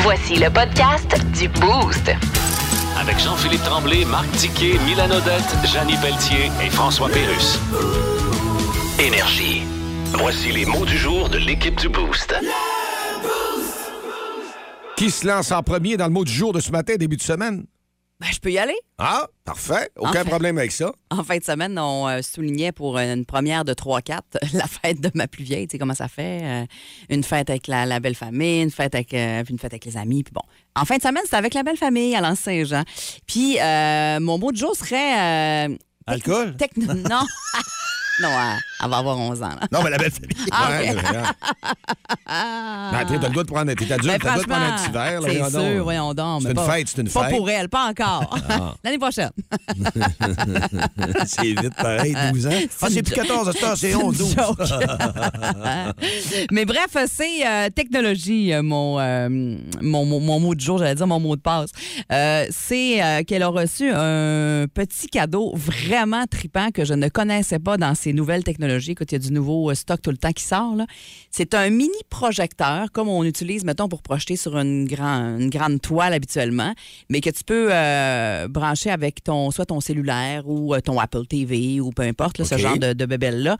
Voici le podcast du Boost. Avec Jean-Philippe Tremblay, Marc Tiquet, Milan Odette, Janine Pelletier et François Pérus. Énergie. Voici les mots du jour de l'équipe du Boost. Qui se lance en premier dans le mot du jour de ce matin, début de semaine? Ben, je peux y aller. Ah, parfait. Aucun Enfin. problème avec ça. En fin de semaine, on euh, soulignait pour une première de 3-4 la fête de ma plus vieille. Tu sais comment ça fait? euh, une fête avec la, la belle famille, une fête avec, euh, puis une fête avec les amis. Puis bon, en fin de semaine, c'était avec la belle famille à l'ancien Saint-Jean. Puis euh, mon mot de jour serait... euh, Alcool? techno- non. non, elle, elle va avoir 11 ans. là. Non, mais la belle famille. Ah, Ouais, ok. ouais, ouais. Ben, t'as le goût de prendre, t'es adulte, Ben, t'as le goût de prendre un franchement, petit verre. là, C'est voyons donc. sûr, voyons donc. C'est mais une pas- fête, c'est une Pas fête. Ah. pour elle, pas encore. L'année prochaine. c'est vite pareil, 12 ans. Ah, c'est plus 14 à cette heure, c'est 11, 12. Joke. Mais bref, c'est euh, technologie, euh, mon, euh, mon, mon- mon mot du jour, j'allais dire mon mot de passe. Euh, c'est euh, qu'elle a reçu un petit cadeau vraiment tripant que je ne connaissais pas dans ces nouvelles technologies. Écoute, il y a du nouveau euh, stock tout le temps qui sort. là. C'est un mini projecteur, comme on utilise, mettons, pour projeter sur une, grand- une grande toile habituellement, mais que tu peux euh, brancher avec ton, soit ton cellulaire ou euh, ton Apple TV ou peu importe, là, ce OK. genre de, de bébelle-là.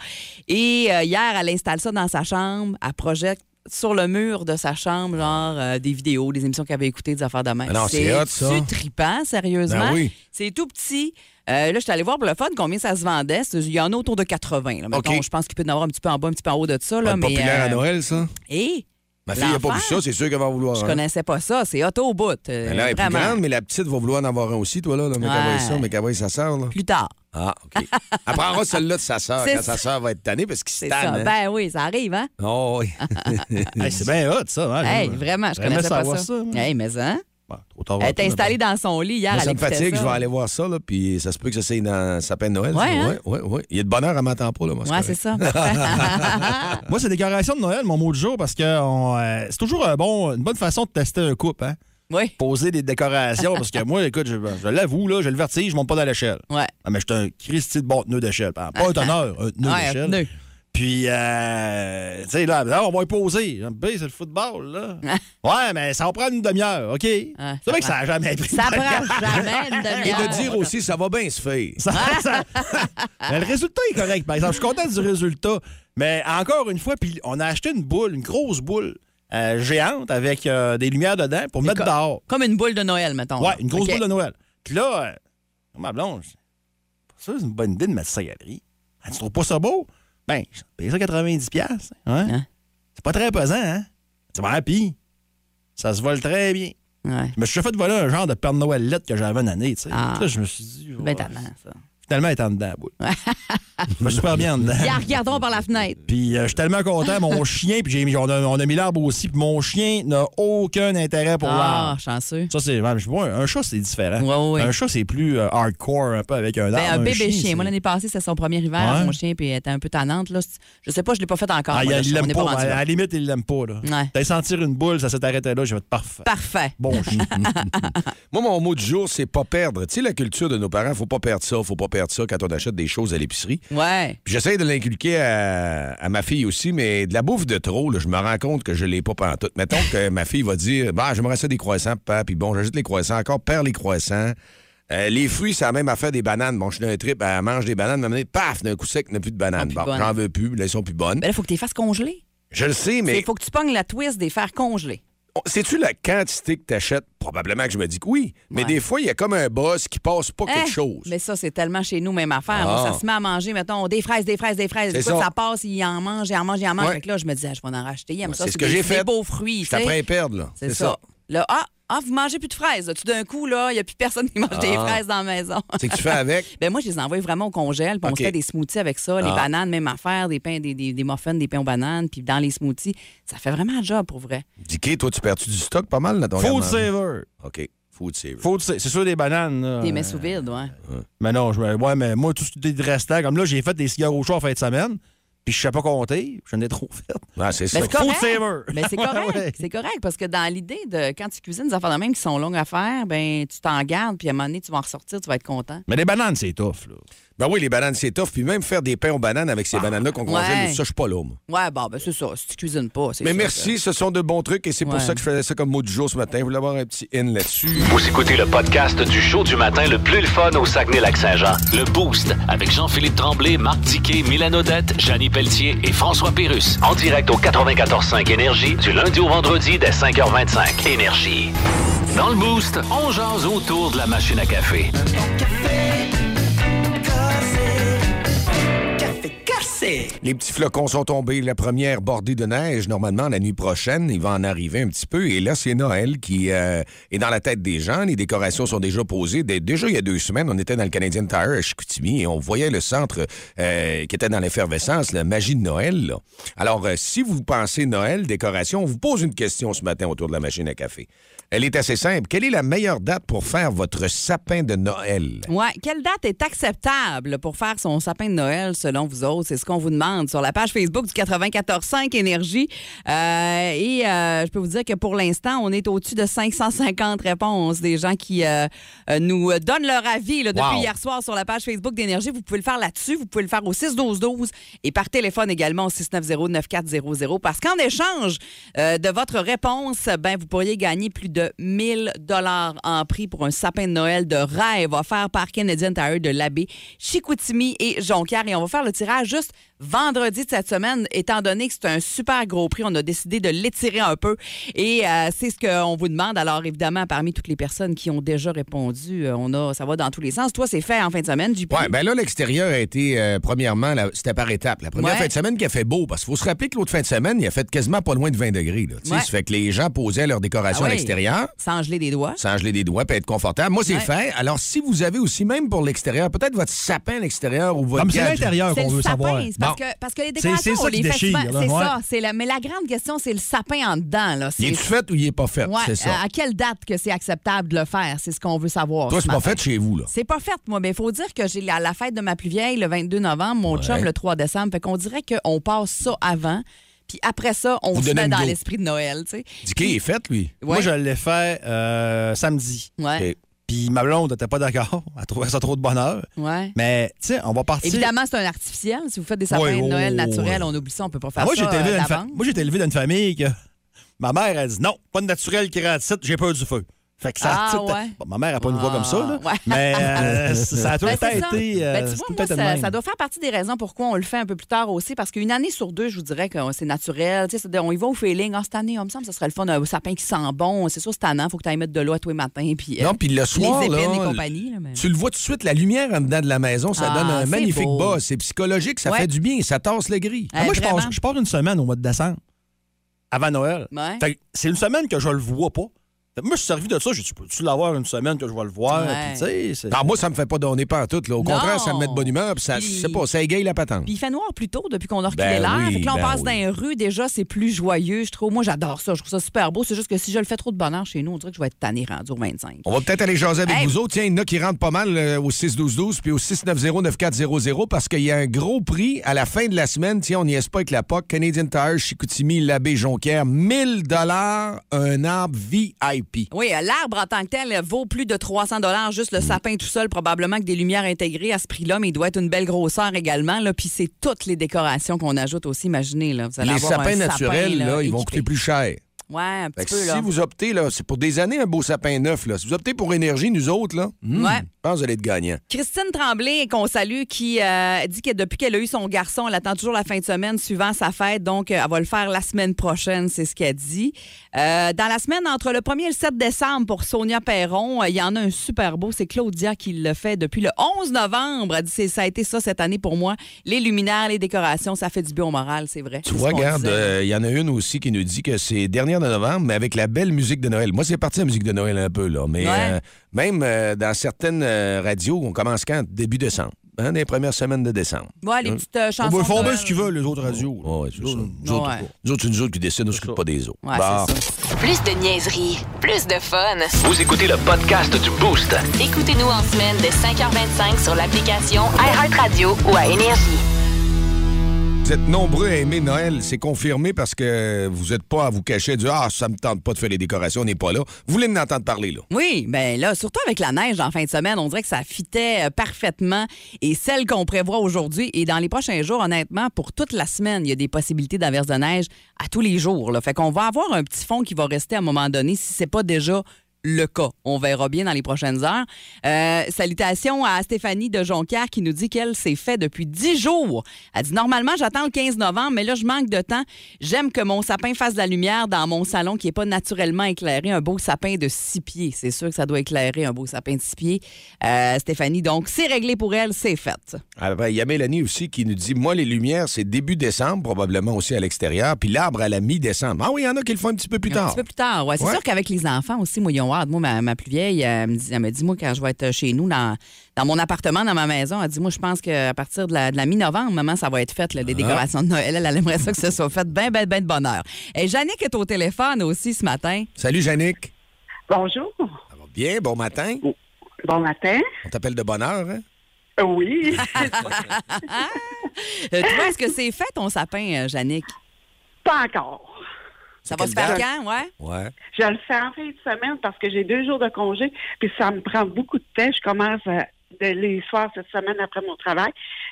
Et euh, hier, elle installe ça dans sa chambre, elle projette sur le mur de sa chambre, genre euh, des vidéos, des émissions qu'elle avait écoutées, des affaires de même. Ah non, c'est hot, ça. C'est tripant, sérieusement. Ben oui. C'est tout petit. Euh, là, je suis allée voir pour le fun combien ça se vendait. C'est- Il y en a autour de 80. là. Mettons, OK. Je pense qu'il peut y en avoir un petit peu en bas, un petit peu en haut de ça. Là, Pas mais, populaire à euh, Noël, ça? hé, Ma fille n'a pas l'enfer, vu ça, c'est sûr qu'elle va en vouloir. Je un. connaissais pas ça. C'est auto au bout. euh, Ben Elle est plus vraiment. grande, mais la petite va vouloir en avoir un aussi, toi, là. là mais qu'elle voie Ouais. ça, mais qu'elle voie sa sœur, là. Plus tard. Ah, OK. Elle prendra celle-là de sa sœur C'est quand sa ça. sœur va être tannée parce qu'il se C'est tanne. ça. hein. Ben oui, ça arrive, hein? Oh, oui. Hey, c'est bien hot, ça. hein? Hey, J'aime- vraiment, je j'aimais connaissais pas savoir ça. moi. Hey, mais hein? Bon, trop tard, Elle est tout, mais installée dans son lit hier. Moi, elle ça me écoutait fatigue, ça. je vais aller voir ça, là, puis ça se peut que ça c'est dans sa peine de Noël. Ouais, ça. hein? ouais, ouais, ouais. Il y a de bonheur à m'attendre pas, là, moi. Ouais, c'est correct. ça. bon. Moi, c'est décoration de Noël, mon mot du jour, parce que on, euh, c'est toujours un bon, une bonne façon de tester un couple. Hein? oui, Poser des décorations, parce que moi, écoute, je, je l'avoue, là, j'ai le vertige, je monte pas dans l'échelle. ouais. Ah, Ah, mais j'étais un Christy de bon teneur d'échelle. hein, Pas un teneur, un teneur Ouais, un d'échelle. pneu. Puis, euh, tu sais, là, là, on va y poser. J'aime bien, c'est le football, là. ouais, mais ça va prendre une demi-heure, OK? c'est vrai que ça n'a jamais pris. Ça prend jamais une Et demi-heure. de dire aussi, ça va bien se faire. Ça- ça- Mais le résultat est correct, par exemple. Je suis content du résultat. Mais encore une fois, puis on a acheté une boule, une grosse boule euh, géante avec euh, des lumières dedans pour co- mettre dehors. Comme une boule de Noël, mettons. Ouais, une grosse OK. boule de Noël. Puis là, euh, ma blonde, je dis, Pas ça, c'est une bonne idée de mettre ça à la galerie. Elle dit, tu trouves pas ça beau? Ben, je paye ça 90$. piastres, Hein? Hein? C'est pas très pesant, hein? Tu vas happy. Ça se vole très bien. Ouais. Je me suis fait voler un genre de Père Noël lettre que j'avais une année, tu sais. Ah. Là, je me suis dit, Ben, ouais, t'as mal, ça. finalement, elle est en dedans, la boule. je me suis super bien en dedans. Hier, regardons par la fenêtre. Puis euh, je suis tellement content, mon chien, puis j'ai mis- on a, on a mis l'arbre aussi, puis mon chien n'a aucun intérêt pour Ah, l'arbre. chanceux. Ça, c'est. ouais, mais je vois, un chat, c'est différent. Ouais, ouais. Un chat, c'est plus euh, hardcore un peu avec un arbre. Ben, un bébé chien. c'est- Moi, l'année passée, c'était son premier hiver. Ouais. Mon chien, puis elle était un peu tannante. Là. C'est- Je sais pas, je l'ai pas fait encore. Ah, moi, il- là. il On l'aime n'est pas. rendu à là. la limite, il l'aime pas. Là. Ouais. T'as sentir une boule, ça s'est arrêté là, je vais être parfait. Parfait. Bon chien. Moi, mon mot du jour, c'est pas perdre. Tu sais, la culture de nos parents, faut pas perdre ça, faut pas perdre ça quand on achète des choses à l'épicerie. Ouais. Puis J'essaie de l'inculquer à, à ma fille aussi, mais de la bouffe de trop, là, je me rends compte que je l'ai pas pantoute. Mettons que ma fille va dire Bah, j'aimerais ça des croissants, papa, puis bon, j'ajoute les croissants, encore perds les croissants. Euh, les fruits, ça a même affaire des bananes. Bon, je suis dans un trip, elle mange des bananes, mais paf, d'un coup sec, n'a plus de bananes. plus de bon, bonnes. j'en veux plus, là, elles sont plus bonnes. Ben là, faut que tu les fasses congeler. Je le sais, Il mais faut que tu pognes la twist des faire congeler. on- sais-tu la quantité que t'achètes? Probablement que je me dis que oui, Ouais. mais des fois, il y a comme un boss qui passe pas quelque Hein? chose. Mais ça, c'est tellement chez nous, même affaire. Moi, Ah. ça se met à manger, mettons, des fraises, des fraises, des fraises. C'est Écoute, ça. ça passe, il en mange, il en mange, il en mange. Ouais. Fait que là, je me disais, ah, je vais en racheter. Il aime Ouais, ça. c'est ce que j'ai des- fait. Des beaux fruits. Je tu sais. t'apprends à perdre, là. C'est ça. Là, ah, ah, vous mangez plus de fraises. là. Tout d'un coup, là, il n'y a plus personne qui mange des Ah. fraises dans la maison. C'est que tu fais avec. Ben moi, je les envoie vraiment au congèle, puis on OK. se fait des smoothies avec ça, les Ah. bananes, même affaire, des pains, des, des, des muffins, des pains aux bananes, puis dans les smoothies. Ça fait vraiment un job pour vrai. Dicky, toi, tu perds-tu du stock pas mal, là, ton Food garde-manger? saver. OK. Food saver. Food saver. C'est sûr, des bananes. là. Des mets sous vide, ouais. Mais non, je, me- ouais, mais moi, tout ce qui est restant, comme là, j'ai fait des cigares au choix en fin de semaine, puis je sais pas compter, j'en ai trop fait. Ah, c'est ça. Mais c'est correct. Food saver. Mais c'est correct. Ouais. C'est correct parce que dans l'idée de quand tu cuisines des affaires de même qui sont longues à faire, ben tu t'en gardes puis à un moment donné tu vas en ressortir, tu vas être content. Mais des bananes, c'est tough, là. Ben oui, les bananes, c'est tough. Puis même faire des pains aux bananes avec ces bananes-là qu'on congèle, Ah, ouais. ça, je suis pas là, moi. Ouais, bon, ben c'est ça. Si tu cuisines pas, c'est Mais ça, merci, ce sont de bons trucs et c'est Ouais. pour ça que je faisais ça comme mot du jour ce matin. Je voulais avoir un petit in là-dessus. Vous écoutez le podcast du show du matin le plus le fun au Saguenay-Lac-Saint-Jean. Le Boost avec Jean-Philippe Tremblay, Marc Diquet, Milan Odette, Janine Pelletier et François Pérus. En direct au 94.5 Énergie du lundi au vendredi dès 5h25. Énergie. Dans le Boost, on jase autour de la machine à café. Les petits flocons sont tombés, la première bordée de neige. Normalement, la nuit prochaine, il va en arriver un petit peu. Et là, c'est Noël qui euh, est dans la tête des gens. Les décorations sont déjà posées. Dé- déjà, il y a deux semaines, on était dans le Canadian Tire à Chicoutimi et on voyait le centre euh, qui était dans l'effervescence, la magie de Noël. là. Alors, euh, si vous pensez Noël, décoration, on vous pose une question ce matin autour de la machine à café. Elle est assez simple. Quelle est la meilleure date pour faire votre sapin de Noël? Ouais. Quelle date est acceptable pour faire son sapin de Noël selon vous autres? C'est ce qu'on vous demande sur la page Facebook du 94.5 Énergie. Euh, et euh, je peux vous dire que pour l'instant, on est au-dessus de 550 réponses des gens qui euh, euh, nous euh, donnent leur avis là, depuis Wow. hier soir sur la page Facebook d'Énergie. Vous pouvez le faire là-dessus. Vous pouvez le faire au 612-12 et par téléphone également au 690-9400 parce qu'en échange euh, de votre réponse, ben, vous pourriez gagner plus de 1000 dollars en prix pour un sapin de Noël de rêve offert par Canadian Tire de l'abbé Chicoutimi et Jonquière. Et on va faire le tirage juste vendredi de cette semaine. Étant donné que c'est un super gros prix, on a décidé de l'étirer un peu. Et euh, c'est ce qu'on vous demande. Alors, évidemment, parmi toutes les personnes qui ont déjà répondu, euh, on a, ça va dans tous les sens. Toi, c'est fait en fin de semaine, JP. Oui, ben là, l'extérieur a été, euh, premièrement, la- c'était par étapes. La première Ouais. fin de semaine qui a fait beau, parce qu'il faut se rappeler que l'autre fin de semaine, il a fait quasiment pas loin de 20 degrés. Là, Tu sais, Ouais. Ça fait que les gens posaient leur décoration Ah ouais. à l'extérieur. Sans geler des doigts. Sans geler des doigts, puis être confortable. Moi, c'est Ouais. fait. Alors, si vous avez aussi, même pour l'extérieur, peut-être votre sapin à l'extérieur ou votre. Comme Ah, c'est gadget- l'intérieur C'est qu'on le veut sapin, savoir. c'est parce, Bon. que, parce que les C'est- c'est décorations, ça on qui les fait déchire, souvent, là, c'est ouais. ça. c'est la- mais la grande question, c'est le sapin en dedans. Là. Il est-tu C'est- fait ou il est pas fait? Ouais, c'est ça. euh, à quelle date que c'est acceptable de le faire? C'est ce qu'on veut savoir. Toi, ce c'est pas matin. fait chez vous, là. C'est pas fait, moi, mais il faut dire que j'ai la, la fête de ma plus vieille le 22 novembre, mon chum le 3 décembre. Fait qu'on dirait qu'on passe ça avant, puis après ça, on Vous se donnez met une dans go. l'esprit de Noël, tu sais. Dicky il Euh, est fait, lui. Ben Moi, Ouais, je l'ai fait euh, samedi. ouais, Ok. Puis ma blonde n'était pas d'accord. Elle trouvait ça trop de bonheur. ouais. Mais, tu sais, on va partir. Évidemment, c'est un artificiel. Si vous faites des sapins Ouais, de Noël oh, naturels, ouais. on oublie ça, on peut pas faire Ah, Moi, j'ai ça. été élevé euh, dans une fa- d'avance. moi, j'ai été élevé dans une famille que ma mère, elle dit non, pas de naturel qui rentre ici, j'ai peur du feu. Fait que ça, Ah, tu sais, ouais. bon, ma mère n'a pas une voix comme ça, là. Ah, ouais. mais euh, ça a tout Ben, le temps c'est ça. été. euh, Ben, tu c'est vois, tout moi, le temps été de ça, même. ça doit faire partie des raisons pourquoi on le fait un peu plus tard aussi, parce qu'une année sur deux, je vous dirais que c'est naturel. Tu sais, c'est- on y va au feeling. Ah, cette année, on me semble que ce serait le fun, un sapin qui sent bon. C'est sûr, cette année, il faut que tu ailles mettre de l'eau à tous les matins. Puis, euh, Non, puis le soir, les épines là, et compagnie. là, mais- Tu le vois tout de suite, la lumière en dedans de la maison, ça Ah, donne un c'est magnifique beau. bas. C'est psychologique, ça Ouais. Euh, fait du bien, ça tasse le gris. Ah, moi, je, Vraiment. pars, je pars une semaine au mois de décembre, avant Noël. Ouais. Fait que c'est une semaine que je le vois pas. Fait que Moi, je suis servi de ça. J'ai dit, peux-tu l'avoir une semaine que je vais le voir? Ouais. Puis, tu sais, c'est- Ah, moi, ça me fait pas donner pas en tout. Là. Au Non. contraire, ça me met de bonne humeur, puis ça, Puis- je sais pas, ça égaye la patente. Puis il fait noir plus tôt depuis qu'on a reculé Ben l'heure. oui, Fait que là, on ben passe oui. dans les rues. Déjà, c'est plus joyeux, je trouve. Moi, j'adore ça. Je trouve ça super beau. C'est juste que si je le fais trop de bonheur chez nous, on dirait que je vais être tanné rendu au 25. On va peut-être aller jaser avec Hey. vous autres. Tiens, il y en a qui rentrent pas mal euh, au 6-12-12 puis au 690-9400 parce qu'il y a un gros prix à la fin de la semaine. Tiens, on n'y est pas avec la POC. Canadian Tire, Chicoutimi, l'abbé Jonquière. 1000 un arbre VIP. Oui, euh, l'arbre en tant que tel euh, vaut plus de 300 dollars juste le Mm. sapin tout seul, probablement que des lumières intégrées à ce prix-là, mais il doit être une belle grosseur également. Là, puis c'est toutes les décorations qu'on ajoute aussi. Imaginez là, vous allez Les avoir un sapins sapin, naturels, là, ils vont équipé. coûter plus cher. Ouais, un Fait petit que peu si là. vous optez, là, c'est pour des années un beau sapin neuf. Là. Si vous optez pour énergie, nous autres, là, hmm, Ouais. je pense que vous allez être gagnant. Christine Tremblay, qu'on salue, qui euh, dit que depuis qu'elle a eu son garçon, elle attend toujours la fin de semaine suivant sa fête. Donc, euh, elle va le faire la semaine prochaine, c'est ce qu'elle dit. Euh, dans la semaine entre le 1er et le 7 décembre, pour Sonia Perron, euh, il y en a un super beau. C'est Claudia qui le fait depuis le 11 novembre. Elle dit c'est- ça a été ça cette année pour moi. Les luminaires, les décorations, ça fait du bien au moral, c'est vrai. Tu C'est vois, ce qu'on regarde, disait. euh, il y en a une aussi qui nous dit que c'est dernière de novembre, mais avec la belle musique de Noël. Moi, c'est parti la musique de Noël un peu, là. Mais Ouais. euh, même euh, dans certaines euh, radios, on commence quand? Début décembre. Hein, dans les premières semaines de décembre. Ouais, les petites euh, On chansons. peut font de bien Noël. ce qu'ils veulent, les autres radios. là. Ouais, c'est ça. Nous Ouais. autres, nous autres, c'est nous autres qui décident, on ne s'occupe pas des autres. Ouais, Bah. c'est ça. Plus de niaiserie, plus de fun. Vous écoutez le podcast du Boost. Écoutez-nous en semaine de 5h25 sur l'application iHeartRadio ou à Énergie. Vous êtes nombreux à aimer Noël. C'est confirmé parce que vous n'êtes pas à vous cacher du Ah, ça me tente pas de faire les décorations, on n'est pas là. Vous voulez en entendre parler, là? Oui, ben là, surtout avec la neige en fin de semaine, on dirait que ça fitait euh, parfaitement. Et celle qu'on prévoit aujourd'hui et dans les prochains jours, honnêtement, pour toute la semaine, il y a des possibilités d'averses de neige à tous les jours. Là. Fait qu'on va avoir un petit fond qui va rester à un moment donné si c'est pas déjà le cas. On verra bien dans les prochaines heures. Euh, salutations à Stéphanie de Jonquière qui nous dit qu'elle s'est fait depuis 10 jours. Elle dit normalement j'attends le 15 novembre, mais là je manque de temps. J'aime que mon sapin fasse de la lumière dans mon salon qui est pas naturellement éclairé. Un beau sapin de 6 pieds, c'est sûr que ça doit éclairer un beau sapin de 6 pieds. Euh, Stéphanie, donc c'est réglé pour elle, c'est fait. Ah ben, Il y a Mélanie aussi qui nous dit Moi, les lumières, c'est début décembre, probablement aussi à l'extérieur, puis l'arbre à la mi-décembre. Ah oui, il y en a qui le font un petit peu plus Un tard. petit peu plus tard, ouais. C'est Ah. Ouais. sûr qu'avec les enfants aussi, moi, ils ont hâte. Moi, ma, ma plus vieille, euh, elle me, dit, elle me dit, moi, quand je vais être chez nous, dans, dans mon appartement, dans ma maison, elle dit, moi, je pense qu'à partir de la, de la mi-novembre, maman, ça va être fait, là, les décorations de Noël. Elle, elle aimerait ça que ce soit fait bien, bien, bien de bonheur. Et Jannick est au téléphone aussi ce matin. Salut, Yannick. Bonjour. Ça va bien? Bon matin. Bon matin. On t'appelle de bonne heure, hein? Euh, Oui. Euh, toi, est-ce que c'est fait ton sapin, euh, Jannick? Pas encore. Ça va quelle se faire date? quand, ouais? Ouais. Je le fais en fin de semaine parce que j'ai deux jours de congé, puis ça me prend beaucoup de temps. Je commence à- de- les soirs cette semaine après mon travail,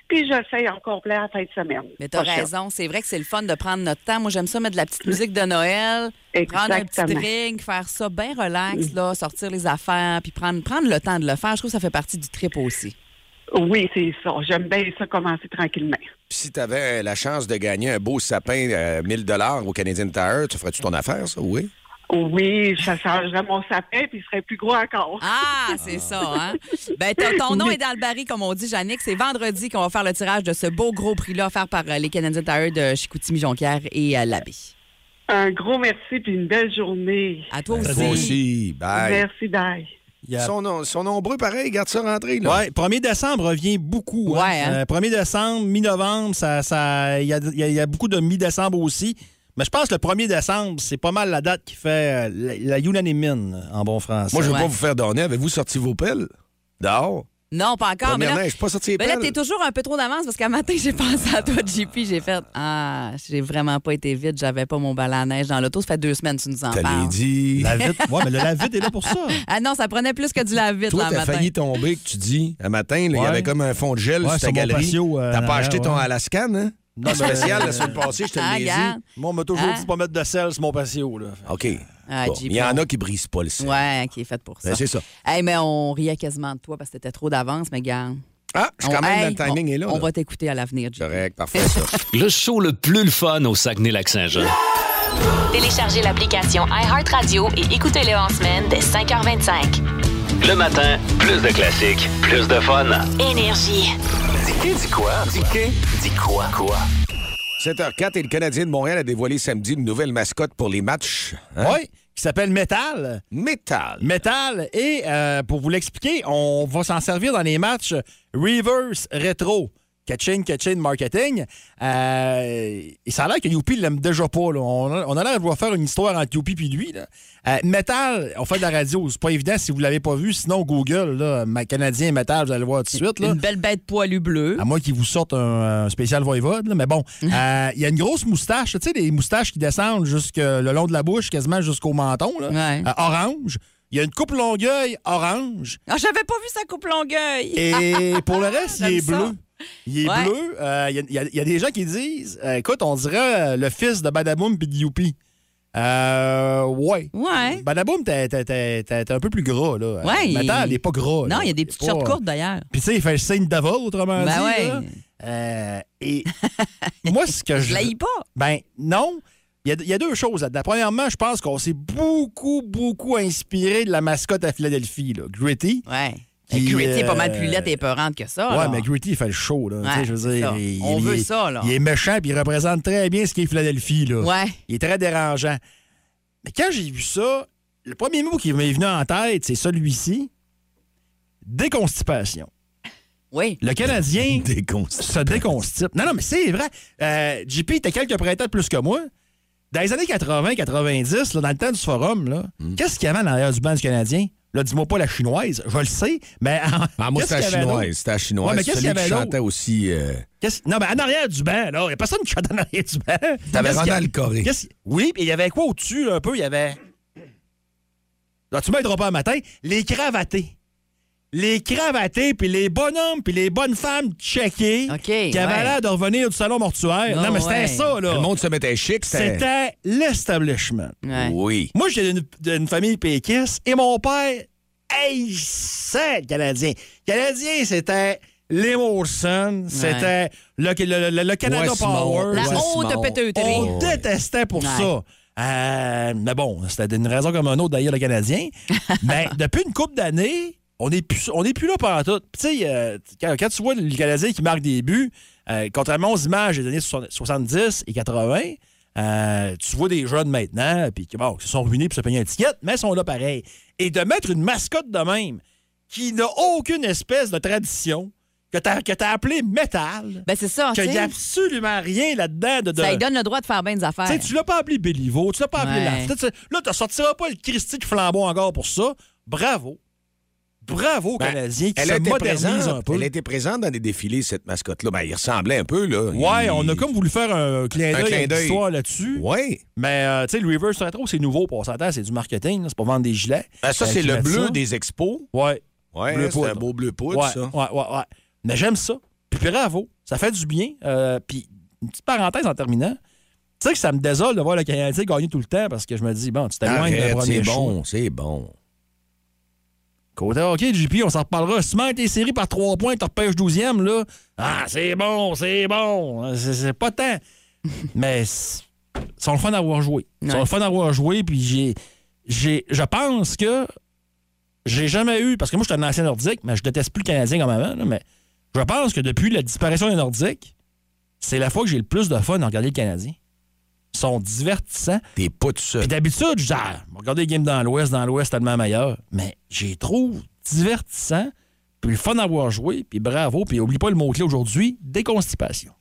puis je le fais en complet en fin de semaine. Mais t'as Prochaine. raison, c'est vrai que c'est le fun de prendre notre temps. Moi, j'aime ça mettre de la petite musique de Noël, prendre un petit Exactement. drink, faire ça bien relax, là, sortir les affaires, puis prendre, prendre le temps de le faire. Je trouve que ça fait partie du trip aussi. Oui, c'est ça. J'aime bien ça commencer tranquillement. Puis si t'avais euh, la chance de gagner un beau sapin euh, 1000 au Canadian Tire, tu ferais-tu ton affaire, ça? Oui. Oui, ça changerait mon sapin, puis il serait plus gros encore. Ah, c'est ça, hein? Ben, ton, ton nom est dans le baril, comme on dit, Jannick. C'est vendredi qu'on va faire le tirage de ce beau gros prix-là offert par euh, les Canadiens Tire de Chicoutimi-Jonquière et euh, l'Abbé. Un gros merci, puis une belle journée. À toi Toi aussi. aussi. Bye. Merci, bye. Il y Ils a- sont, no- ils sont nombreux, pareil. Garde ça rentrer, là. Ouais, 1er décembre revient beaucoup. hein. Ouais, hein. Euh, 1er décembre, mi-novembre, ça, ça, il y a, il y a- il y a beaucoup de mi-décembre aussi. Mais je pense que le 1er décembre, c'est pas mal la date qui fait euh, la, la Yunani Mine, en bon français. Moi, je veux Ouais. pas vous faire donner. Avez-vous sorti vos pelles? Dehors? Non, pas encore, mais Première là, neige, pas sorti les Ben là, pelles. t'es toujours un peu trop d'avance parce qu'à matin, j'ai pensé à toi, JP. J'ai fait Ah, j'ai vraiment pas été vite. J'avais pas mon balai à neige dans l'auto. Ça fait deux semaines que tu nous en T'as les parles. dit. La vite, ouais, mais le la vite est là pour ça. Ah non, ça prenait plus que du lave-vite Toi, là, le t'as matin. failli tomber, que tu dis, un matin, là, il y Ouais. avait comme un fond de gel Ouais, sur ta sur mon galerie. patio, euh, T'as en pas acheté arrière, ton ouais. Alaskan, hein? Non, mais- Spécial la semaine passée, je te Ah, l'ai dit. regarde. Moi, on m'a toujours Hein? dit de pas mettre de sel sur mon patio. Là. OK. Ah, Bon, JP, Il y en on- a qui brisent pas le sel. Ouais, qui est faite pour ça. Ben, c'est ça. Hey, mais on riait quasiment de toi parce que t'étais trop d'avance, mais garde. Ah, je suis quand On- même hey, dans le timing on, est là. On là. va t'écouter à l'avenir, JP. Correct, parfait, ça. Le show le plus le fun au Saguenay-Lac-Saint-Jean. Téléchargez l'application iHeartRadio et écoutez-le en semaine dès 5h25. Le matin, plus de classiques, plus de fun. Énergie. Dis dis quoi? Dis dis quoi? Quoi? 7h04 et le Canadien de Montréal a dévoilé samedi une nouvelle mascotte pour les matchs. hein? Oui, qui s'appelle Metal. Metal. Metal. Et euh, pour vous l'expliquer, on va s'en servir dans les matchs reverse rétro. Catching, catching, marketing. Euh, et ça a l'air que Youpi l'aime déjà pas. là. On, a- on a l'air de voir faire une histoire entre Youpi puis lui. là. Euh, Metal, on fait de la radio. C'est pas évident si vous l'avez pas vu. Sinon, Google, là, ma- Canadien Metal, vous allez le voir tout de suite. Là. Une belle bête poilue bleue. À moins qu'ils vous sortent un, un spécial voivode, là, mais bon. Euh, Il y a une grosse moustache, tu sais, des moustaches qui descendent jusque le long de la bouche, quasiment jusqu'au menton, là. Ouais. Euh, orange. Il y a une coupe longueuil orange. Ah, j'avais pas vu sa coupe longueuil. Et pour le reste, il est J'aime ça. bleu. Il est Ouais. bleu. Euh, Il y a- il y, a- il y a des gens qui disent euh, écoute, on dirait euh, le fils de Badaboum puis de Youpi. Euh, ouais. Ouais. Badaboum, t'es t'es- t'es- t'es- t'es un peu plus gras, là. Ouais, Euh, Metal, il- il est pas gras. Non, là. il y a des petites est shorts pas- courtes d'ailleurs. euh, puis tu sais, il fait le signe d'avol, autrement Ben dit. ouais. là. Euh, et moi, ce que Je je... l'ai pas. Ben non. Il y a- il y, a deux choses là-dedans. Premièrement, je pense qu'on s'est beaucoup, beaucoup inspiré de la mascotte à Philadelphie, là, Gritty. Ouais. Qui, Gritty est pas mal euh, plus laite et peurante que ça. Ouais, là. mais Gritty, il fait le show, là. Tu sais, Ah, Ouais, je veux c'est dire, ça. il- On il- veut il- ça, là. Il est méchant, puis il représente très bien ce qu'est Philadelphie, là. Ouais. Il est très dérangeant. Mais quand j'ai vu ça, le premier mot qui m'est venu en tête, c'est celui-ci. Déconstipation. Oui. Le Canadien... Déconstruit. se déconstipe. Non, non, mais c'est vrai. Euh, JP était quelques printemps de plus que moi. Hmm. Dans les années 80-90, dans le temps du forum, là, qu'est-ce qu'il y avait en arrière du banc du Canadien? Là, dis-moi pas la chinoise, je le sais, mais. Ah, moi, qu'est-ce c'était la qu'il y avait d'autre? chinoise. C'était la chinoise. Ouais, mais C'est qu'est-ce qu'il y celui qui avait chantait d'autre? aussi. euh, Qu'est-ce- Non, mais en arrière du banc, là. Il n'y a personne qui chante en arrière du banc. T'avais Qu'est-ce qu'il y a- Ronald Coré. qu'est-ce- Oui, puis il y avait quoi au-dessus, là, un peu? Il y avait. Là, tu m'aideras pas un matin. Les cravatés. Les cravatés, puis les bonhommes, puis les bonnes femmes checkées. OK, Qui avaient ouais. l'air de revenir du salon mortuaire. Non, Non, mais c'était ouais. ça, là. Le monde se mettait chic. C'était. C'était l'establishment. Ouais. Oui. Moi, j'étais d'une- d'une famille péquiste et mon père, hey, c'est le Canadien. Canadien, c'était les Molson, c'était le, le- le- le Canada Ouais, Simon. Power. La Ouais, Simon. honte péteuterie. On détestait pour Ouais. ça. Euh, mais bon, c'était d'une raison comme un autre d'ailleurs, le Canadien. mais depuis une couple d'années, on n'est plus, on est plus là pendant tout. Puis Tu sais, euh, quand, quand tu vois le Canadien qui marque des buts, euh, contrairement aux images des années 60 70 et 80, euh, tu vois des jeunes maintenant puis qui bon, qui se sont ruinés pour se payer une étiquette, mais ils sont là pareil. Et de mettre une mascotte de même qui n'a aucune espèce de tradition, que tu as, appelée métal, Ben, c'est ça. tu qu'il n'y a sais. absolument rien là-dedans de, de- Ça lui donne le droit de faire bien des affaires. tu sais, tu l'as pas appelé Béliveau, tu l'as pas appelé Ouais. Lafleur, tu sais, Là, tu sortiras pas le Christique flambeau encore pour ça. Bravo. Bravo, Ben, Canadien, qui Elle se était, modernise un présente, peu. elle était présente dans des défilés, cette mascotte-là. Ben, il ressemblait un peu, là. Ouais, Il- on a comme voulu faire un clin Un d'œil clin à d'œil. l'histoire là-dessus. Ouais. Mais, euh, tu sais, le reverse retro, c'est nouveau pour s'entendre, c'est du marketing, là, c'est pour vendre des gilets. Ben, ça, Euh, c'est qui le mettent bleu ça. des expos. Ouais. Ouais, Bleu hein, c'est poudre. un beau bleu poudre, Ouais, ça. ouais, ouais, ouais. Mais j'aime ça. Puis bravo, ça fait du bien. Euh, puis une petite parenthèse en terminant. Tu sais que ça me désole de voir le Canadien gagner tout le temps parce que je me dis, bon, tu t'éloignes d'un Arrête, c'est premier choix. bon, c'est bon. Côté hockey, JP, on s'en reparlera. Si tu manques tes séries par trois points, tu repêches 12e, là. Ah, c'est bon, c'est bon. C'est c'est pas tant. Mais c'est- ils sont le fun d'avoir joué. Ils sont Ouais. le fun d'avoir joué, puis j'ai. j'ai- Je pense que j'ai jamais eu. Parce que moi, je suis un ancien nordique, mais je déteste plus le Canadien comme avant, là, mais je pense que depuis la disparition des Nordiques, c'est la fois que j'ai le plus de fun à regarder le Canadien. Ils sont divertissants. T'es pas tout seul. Puis d'habitude, je dis, ah, regardez les games dans l'Ouest, dans l'Ouest, tellement meilleur. Mais j'ai trouve divertissant, puis le fun d'avoir joué, puis bravo, puis oublie pas le mot-clé aujourd'hui, déconstipation.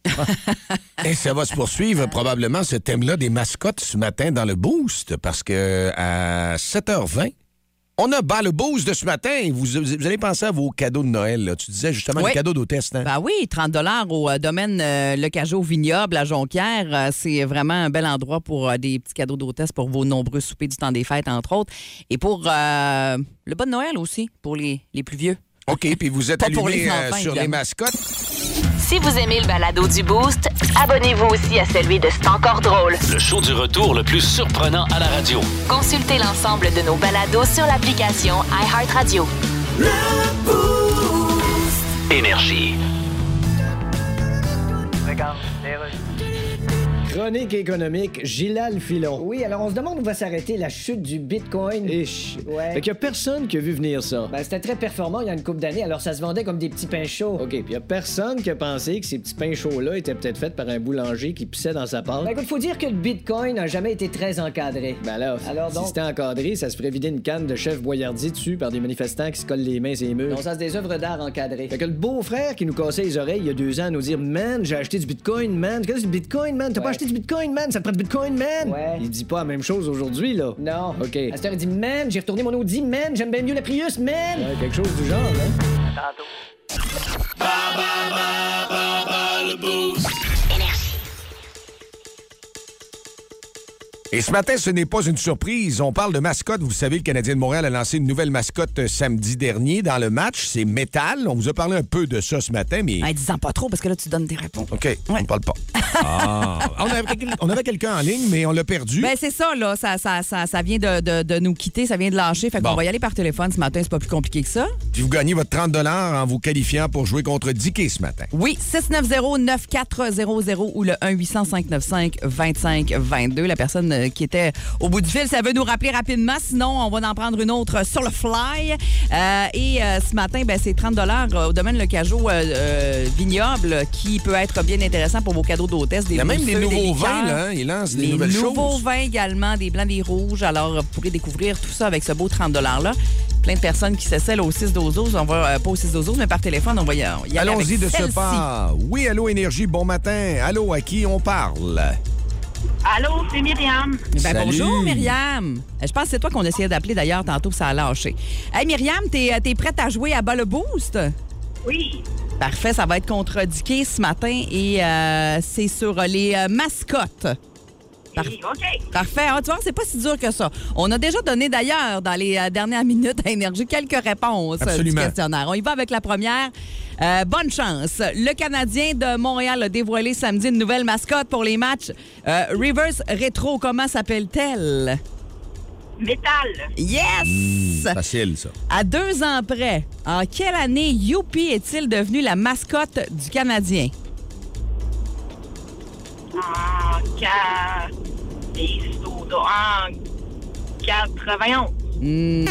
Et Eh, ça va se poursuivre probablement ce thème-là des mascottes ce matin dans le boost parce que à 7h20, on a bas le boost de ce matin. Et Vous, vous allez penser à vos cadeaux de Noël. là. Tu disais justement Oui. les cadeaux d'hôtesse. Hein? Ben oui, 30 au euh, domaine euh, Le Cajot Vignoble à Jonquière. Euh, c'est vraiment un bel endroit pour euh, des petits cadeaux d'hôtesse pour vos nombreux soupers du temps des fêtes, entre autres. Et pour euh, le bon Noël aussi, pour les, les plus vieux. OK, puis vous êtes Pas pour allumé les enfants, sur les évidemment. mascottes. Si vous aimez le balado du Boost, abonnez-vous aussi à celui de C'est encore drôle. Le show du retour le plus surprenant à la radio. Consultez l'ensemble de nos balados sur l'application iHeartRadio. Énergie. Chronique économique, Gilal Filon. Oui, alors on se demande où va s'arrêter la chute du Bitcoin. Ish. Ouais. Fait qu'il y a personne qui a vu venir ça. Ben, c'était très performant il y a une couple d'années, alors ça se vendait comme des petits pains chauds. OK, puis il y a personne qui a pensé que ces petits pains chauds-là étaient peut-être faits par un boulanger qui pissait dans sa pâte. Ben, écoute, faut dire que le Bitcoin n'a jamais été très encadré. Ben là, Alors si donc- c'était encadré, ça se ferait vider une canne de chef boyardier dessus par des manifestants qui se collent les mains et les murs. Non, ça, c'est des œuvres d'art encadrées. Fait que le beau-frère qui nous cassait les oreilles il y a deux ans à nous dire Man, j'ai acheté du bitcoin, man. Tu connais du bitcoin, man? T'as pas Ouais. acheté du bitcoin, man? Ça te prend du bitcoin, man? Ouais. Il dit pas la même chose aujourd'hui, là. Non. OK. À cette heure, il dit Man, j'ai retourné mon Audi, man, j'aime bien mieux la Prius, man. Ouais, quelque chose du genre, hein? Et ce matin, ce n'est pas une surprise. On parle de mascotte. Vous savez, le Canadien de Montréal a lancé une nouvelle mascotte euh, samedi dernier dans le match. C'est Metal. On vous a parlé un peu de ça ce matin, mais. Hey, Ben, Dis-en pas trop parce que là, tu donnes des réponses. OK, on ne parle pas. Ah. On avait, quelqu'un- on avait quelqu'un en ligne, mais on l'a perdu. Ben c'est ça, là. Ça, ça, ça, ça vient de, de- de nous quitter, ça vient de lâcher. Fait qu'on Bon. va y aller par téléphone ce matin, c'est pas plus compliqué que ça. Puis vous gagnez votre 30 en vous qualifiant pour jouer contre Dicky ce matin. Oui, 690-9400 ou le 1-855-905-2522. La personne euh, qui était au bout du fil, ça veut nous rappeler rapidement. Sinon, on va en prendre une autre sur le fly. Euh, et euh, ce matin, ben, c'est 30 au domaine Le Cajot euh, euh, Vignoble qui peut être bien intéressant pour vos cadeaux d'hôtesse. Il y a même des mousseux, nouveaux vins, liqueurs. là. hein? Ils lancent des Les nouvelles nouveaux choses. vins également, des blancs, des rouges. Alors, vous pourrez découvrir tout ça avec ce beau 30 $-là. Plein de personnes qui s'essellent au 6 12 On va, euh, pas au 6 12 mais par téléphone, on va y, on y aller Allons-y avec de ce celle-ci. pas. Oui, allô Énergie, bon matin. Allô, à qui on parle? Allô, c'est Myriam. Ben, Salut. bonjour, Myriam. Euh, Je pense que c'est toi qu'on essayait d'appeler d'ailleurs tantôt, puis ça a lâché. Hey, Myriam, t'es es prête à jouer à bas le boost? Oui. Parfait, ça va être contre-diqué ce matin et euh, c'est sur euh, les euh, mascottes. Par- Oui, OK. Parfait. Ah, tu vois, c'est pas si dur que ça. On a déjà donné d'ailleurs dans les euh, dernières minutes à Énergie quelques réponses euh, Absolument. du questionnaire. On y va avec la première. Euh, bonne chance. Le Canadien de Montréal a dévoilé samedi une nouvelle mascotte pour les matchs. Euh, Reverse Retro, comment s'appelle-t-elle? Métal. Yes! Facile, ça. À deux ans près, en quelle année Youpi est-il devenu la mascotte du Canadien? En ca- des sodas. En 91.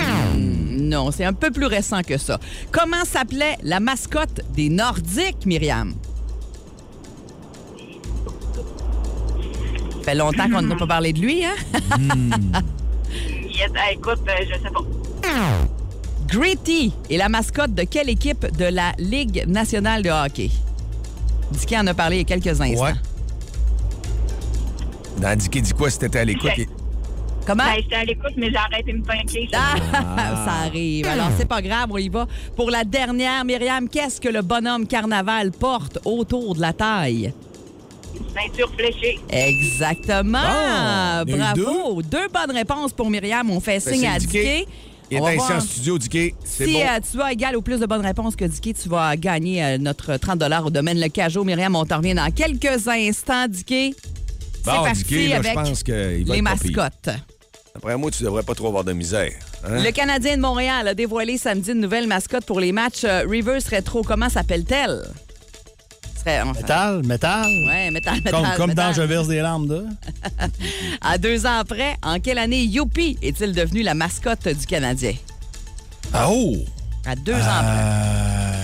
Non, c'est un peu plus récent que ça. Comment s'appelait la mascotte des Nordiques, Myriam? Ça fait longtemps qu'on n'a pas parlé de lui, hein? Yes, eh, écoute, euh, je sais pas. Gritty est la mascotte de quelle équipe de la Ligue nationale de hockey? Dicky en a parlé il y a quelques instants. Ouais. Dans Dicky dit quoi si t'étais à l'écoute? Ouais. Comment? Ben, j'étais à l'écoute, mais j'arrête de me pinquer. Ah, ça arrive. Alors, c'est pas grave, on y va. Pour la dernière, Myriam, qu'est-ce que le bonhomme carnaval porte autour de la taille? Ceinture fléchée. Exactement. Bon, il y en a eu Bravo. Deux. bonnes réponses pour Myriam. On fait Ben, signe c'est à Dicky. Dicky. Il On va est ici en voir studio, Dicky. C'est Si bon. euh, tu as égal ou plus de bonnes réponses que Dicky, tu vas gagner euh, notre 30 au domaine Le Cajot. Myriam, on t'en revient dans quelques instants, Dicky. C'est Bon, parti Dicky, là, je avec pense qu'il va les être pas pire. mascottes. Après moi, tu devrais pas trop avoir de misère. hein? Le Canadien de Montréal a dévoilé samedi une nouvelle mascotte pour les matchs euh, Reverse Retro. Comment s'appelle-t-elle? Ce serait- enfin, Métal, métal. Ouais, métal, métal, Comme, comme dans métal. Je verse des larmes, là. À deux ans après, en quelle année Youpi est-il devenu la mascotte du Canadien? Ah oh! À deux ans près. Euh,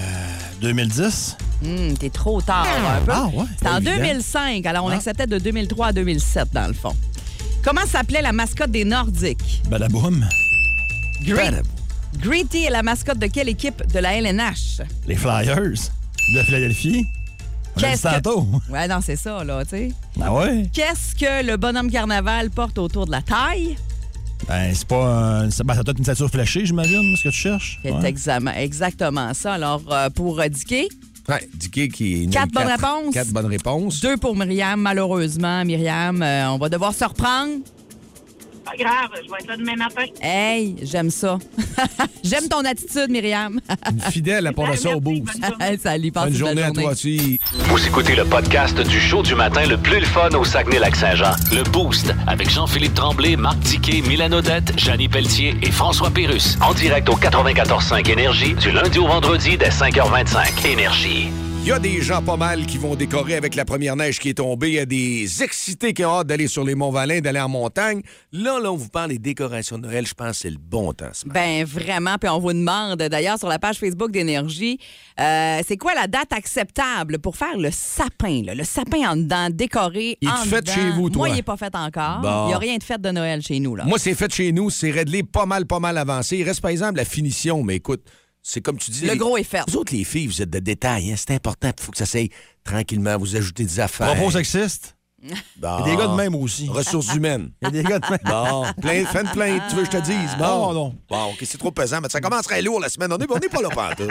2010. Hum, t'es trop tard un peu. Ah, ouais, C'était en pas évident. 2005, alors on Ah. acceptait de 2003 à 2007 dans le fond. Comment s'appelait la mascotte des Nordiques? Badaboum. Gre- Greety est la mascotte de quelle équipe de la LNH? Les Flyers de Philadelphie. On l'a Qu'est-ce dit que- tantôt. Ouais, non, c'est ça, là, tu sais. Ah ouais? Qu'est-ce que le bonhomme carnaval porte autour de la taille? Ben, c'est pas un... c'est- ben, ça doit être une ceinture fléchée, j'imagine, ce que tu cherches. C'est Ouais. examen- exactement ça. Alors, euh, pour euh, Dicky, Ouais, Dicky qui est Quatre bonnes réponses. Quatre bonnes réponses. deux pour Myriam, malheureusement. Myriam, euh, on va devoir se reprendre. Pas grave, je vais être là demain matin. Hey, j'aime ça. j'aime ton attitude, Myriam. Fidèle à part ça au Merci, boost. bonne journée. Salut, passe Bonne une journée belle à toi aussi. Vous écoutez le podcast du show du matin le plus le fun au Saguenay-Lac-Saint-Jean. Le Boost avec Jean-Philippe Tremblay, Marc Tiquet, Milan Odette, Janine Pelletier et François Pérus. En direct au 94.5 Énergie du lundi au vendredi dès 5h25. Énergie. Il y a des gens pas mal qui vont décorer avec la première neige qui est tombée. Il y a des excités qui ont hâte d'aller sur les monts Valin, d'aller en montagne. Là, là, on vous parle des décorations de Noël. Je pense que c'est le bon temps. ce matin. Ben vraiment, puis on vous demande d'ailleurs sur la page Facebook d'Énergie, euh, c'est quoi la date acceptable pour faire le sapin, là, le sapin en dedans, décoré Il est en fait dedans. chez vous, toi? Moi, il n'est pas fait encore. Bon. Il n'y a rien de fait de Noël chez nous. Là. Moi, c'est fait chez nous. C'est réglé pas mal, pas mal avancé. Il reste, par exemple, la finition. Mais écoute, c'est comme tu dis. Le les- gros est fait. Vous autres, les filles, vous êtes de détail. hein. C'est important. Il faut que ça s'aille tranquillement. Vous ajoutez des affaires. Ben, Propos sexistes. Bon. Il y ah. a des gars de même aussi. Ressources humaines. Il y a des gars de même. Bon, plein, fin de plainte, tu veux que je te dise? Bon, Non, non. Bon, OK, c'est trop pesant, mais ça commencerait lourd la semaine. On n'est on est pas là pantoute.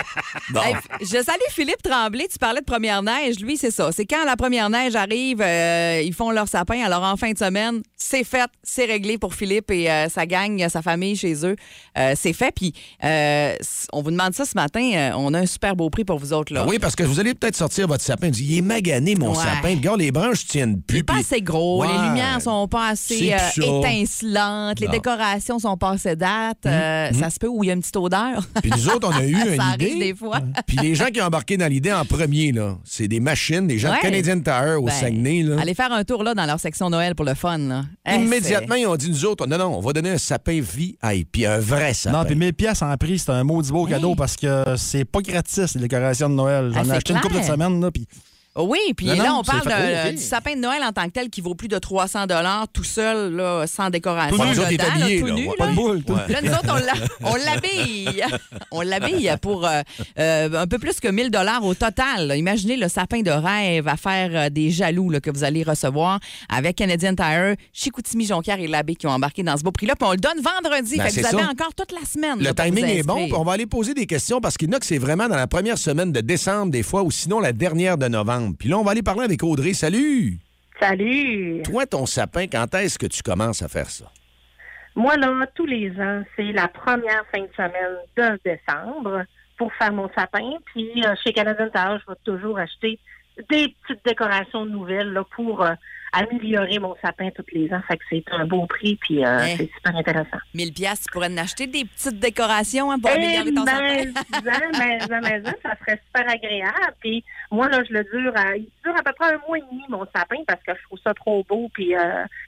Bon. Hey, je salue Philippe Tremblay. Tu parlais de première neige. Lui, c'est ça. C'est quand la première neige arrive, euh, ils font leur sapin. Alors, en fin de semaine, c'est fait. C'est réglé pour Philippe et euh, sa gang, euh, sa famille chez eux. Euh, c'est fait. Puis, euh, s- on vous demande ça ce matin. Euh, on a un super beau prix pour vous autres. Là. Ah oui, parce que vous allez peut-être sortir votre sapin. Vous dites, il est magané, mon Ouais. sapin. Regarde, les branches tiennent Il plus. est pas puis- assez gros, Ouais. les lumières sont pas assez C'est euh, plus ça. étincelantes, les Non. Mmh. décorations sont pas assez dates. euh, Ça se peut où il y a une petite odeur. Puis nous autres, on a eu Ça une arrive idée. des fois. Puis les gens qui ont embarqué dans l'idée en premier, là, c'est des machines, des gens Ouais. de Canadian Tire au Ben, Saguenay. Là. Allez eh, faire un tour là dans leur section Noël pour le fun. là. Hey, Immédiatement, ils ont dit, nous autres, non, non, on va donner un sapin VIP, un vrai sapin. Non, puis 1000 pièces en prix, c'est un maudit beau cadeau Hey. parce que c'est pas gratis les décorations de Noël. Ah, J'en ai c'est acheté une couple de clair. semaines là puis Oui, puis Non, là, non, on c'est parle fait- de- oh, ok. du sapin de Noël en tant que tel qui vaut plus de 300 tout seul, là, sans décoration. Pas nous autres, il est dedans, habillé, tout là, nu, ouais. Pas de boule. tout. Ouais. Là, nous autres, on l'a- on l'habille. On l'habille pour euh, euh, un peu plus que 1000 dollars au total. là. Imaginez le sapin de rêve à faire euh, des jaloux là, que vous allez recevoir avec Canadian Tire, Chicoutimi, Jonquière et l'abbé qui ont embarqué dans ce beau prix-là. Puis on le donne vendredi. Ben, Fait que vous c'est avez ça. encore toute la semaine. Le là, pour vous timing est bon. inscrire. puis On va aller poser des questions parce qu'il y en a que c'est vraiment dans la première semaine de décembre, des fois, ou sinon la dernière de novembre. Puis là, on va aller parler avec Audrey. Salut! Salut! Toi, ton sapin, quand est-ce que tu commences à faire ça? Moi, là, tous les ans, c'est la première fin de semaine de décembre pour faire mon sapin. Puis euh, chez Canadian Tower, je vais toujours acheter des petites décorations nouvelles là, pour euh, améliorer mon sapin tous les ans. Fait que c'est un beau prix, puis euh, Hein. c'est super intéressant. 1000 piastres, tu pourrais en acheter des petites décorations hein, pour Eh, améliorer ton sapin. mais-en, mais-en, mais-en, ça serait super agréable. Puis moi, là, je le dure à, il dure à peu près un mois et demi, mon sapin, parce que je trouve ça trop beau, puis euh,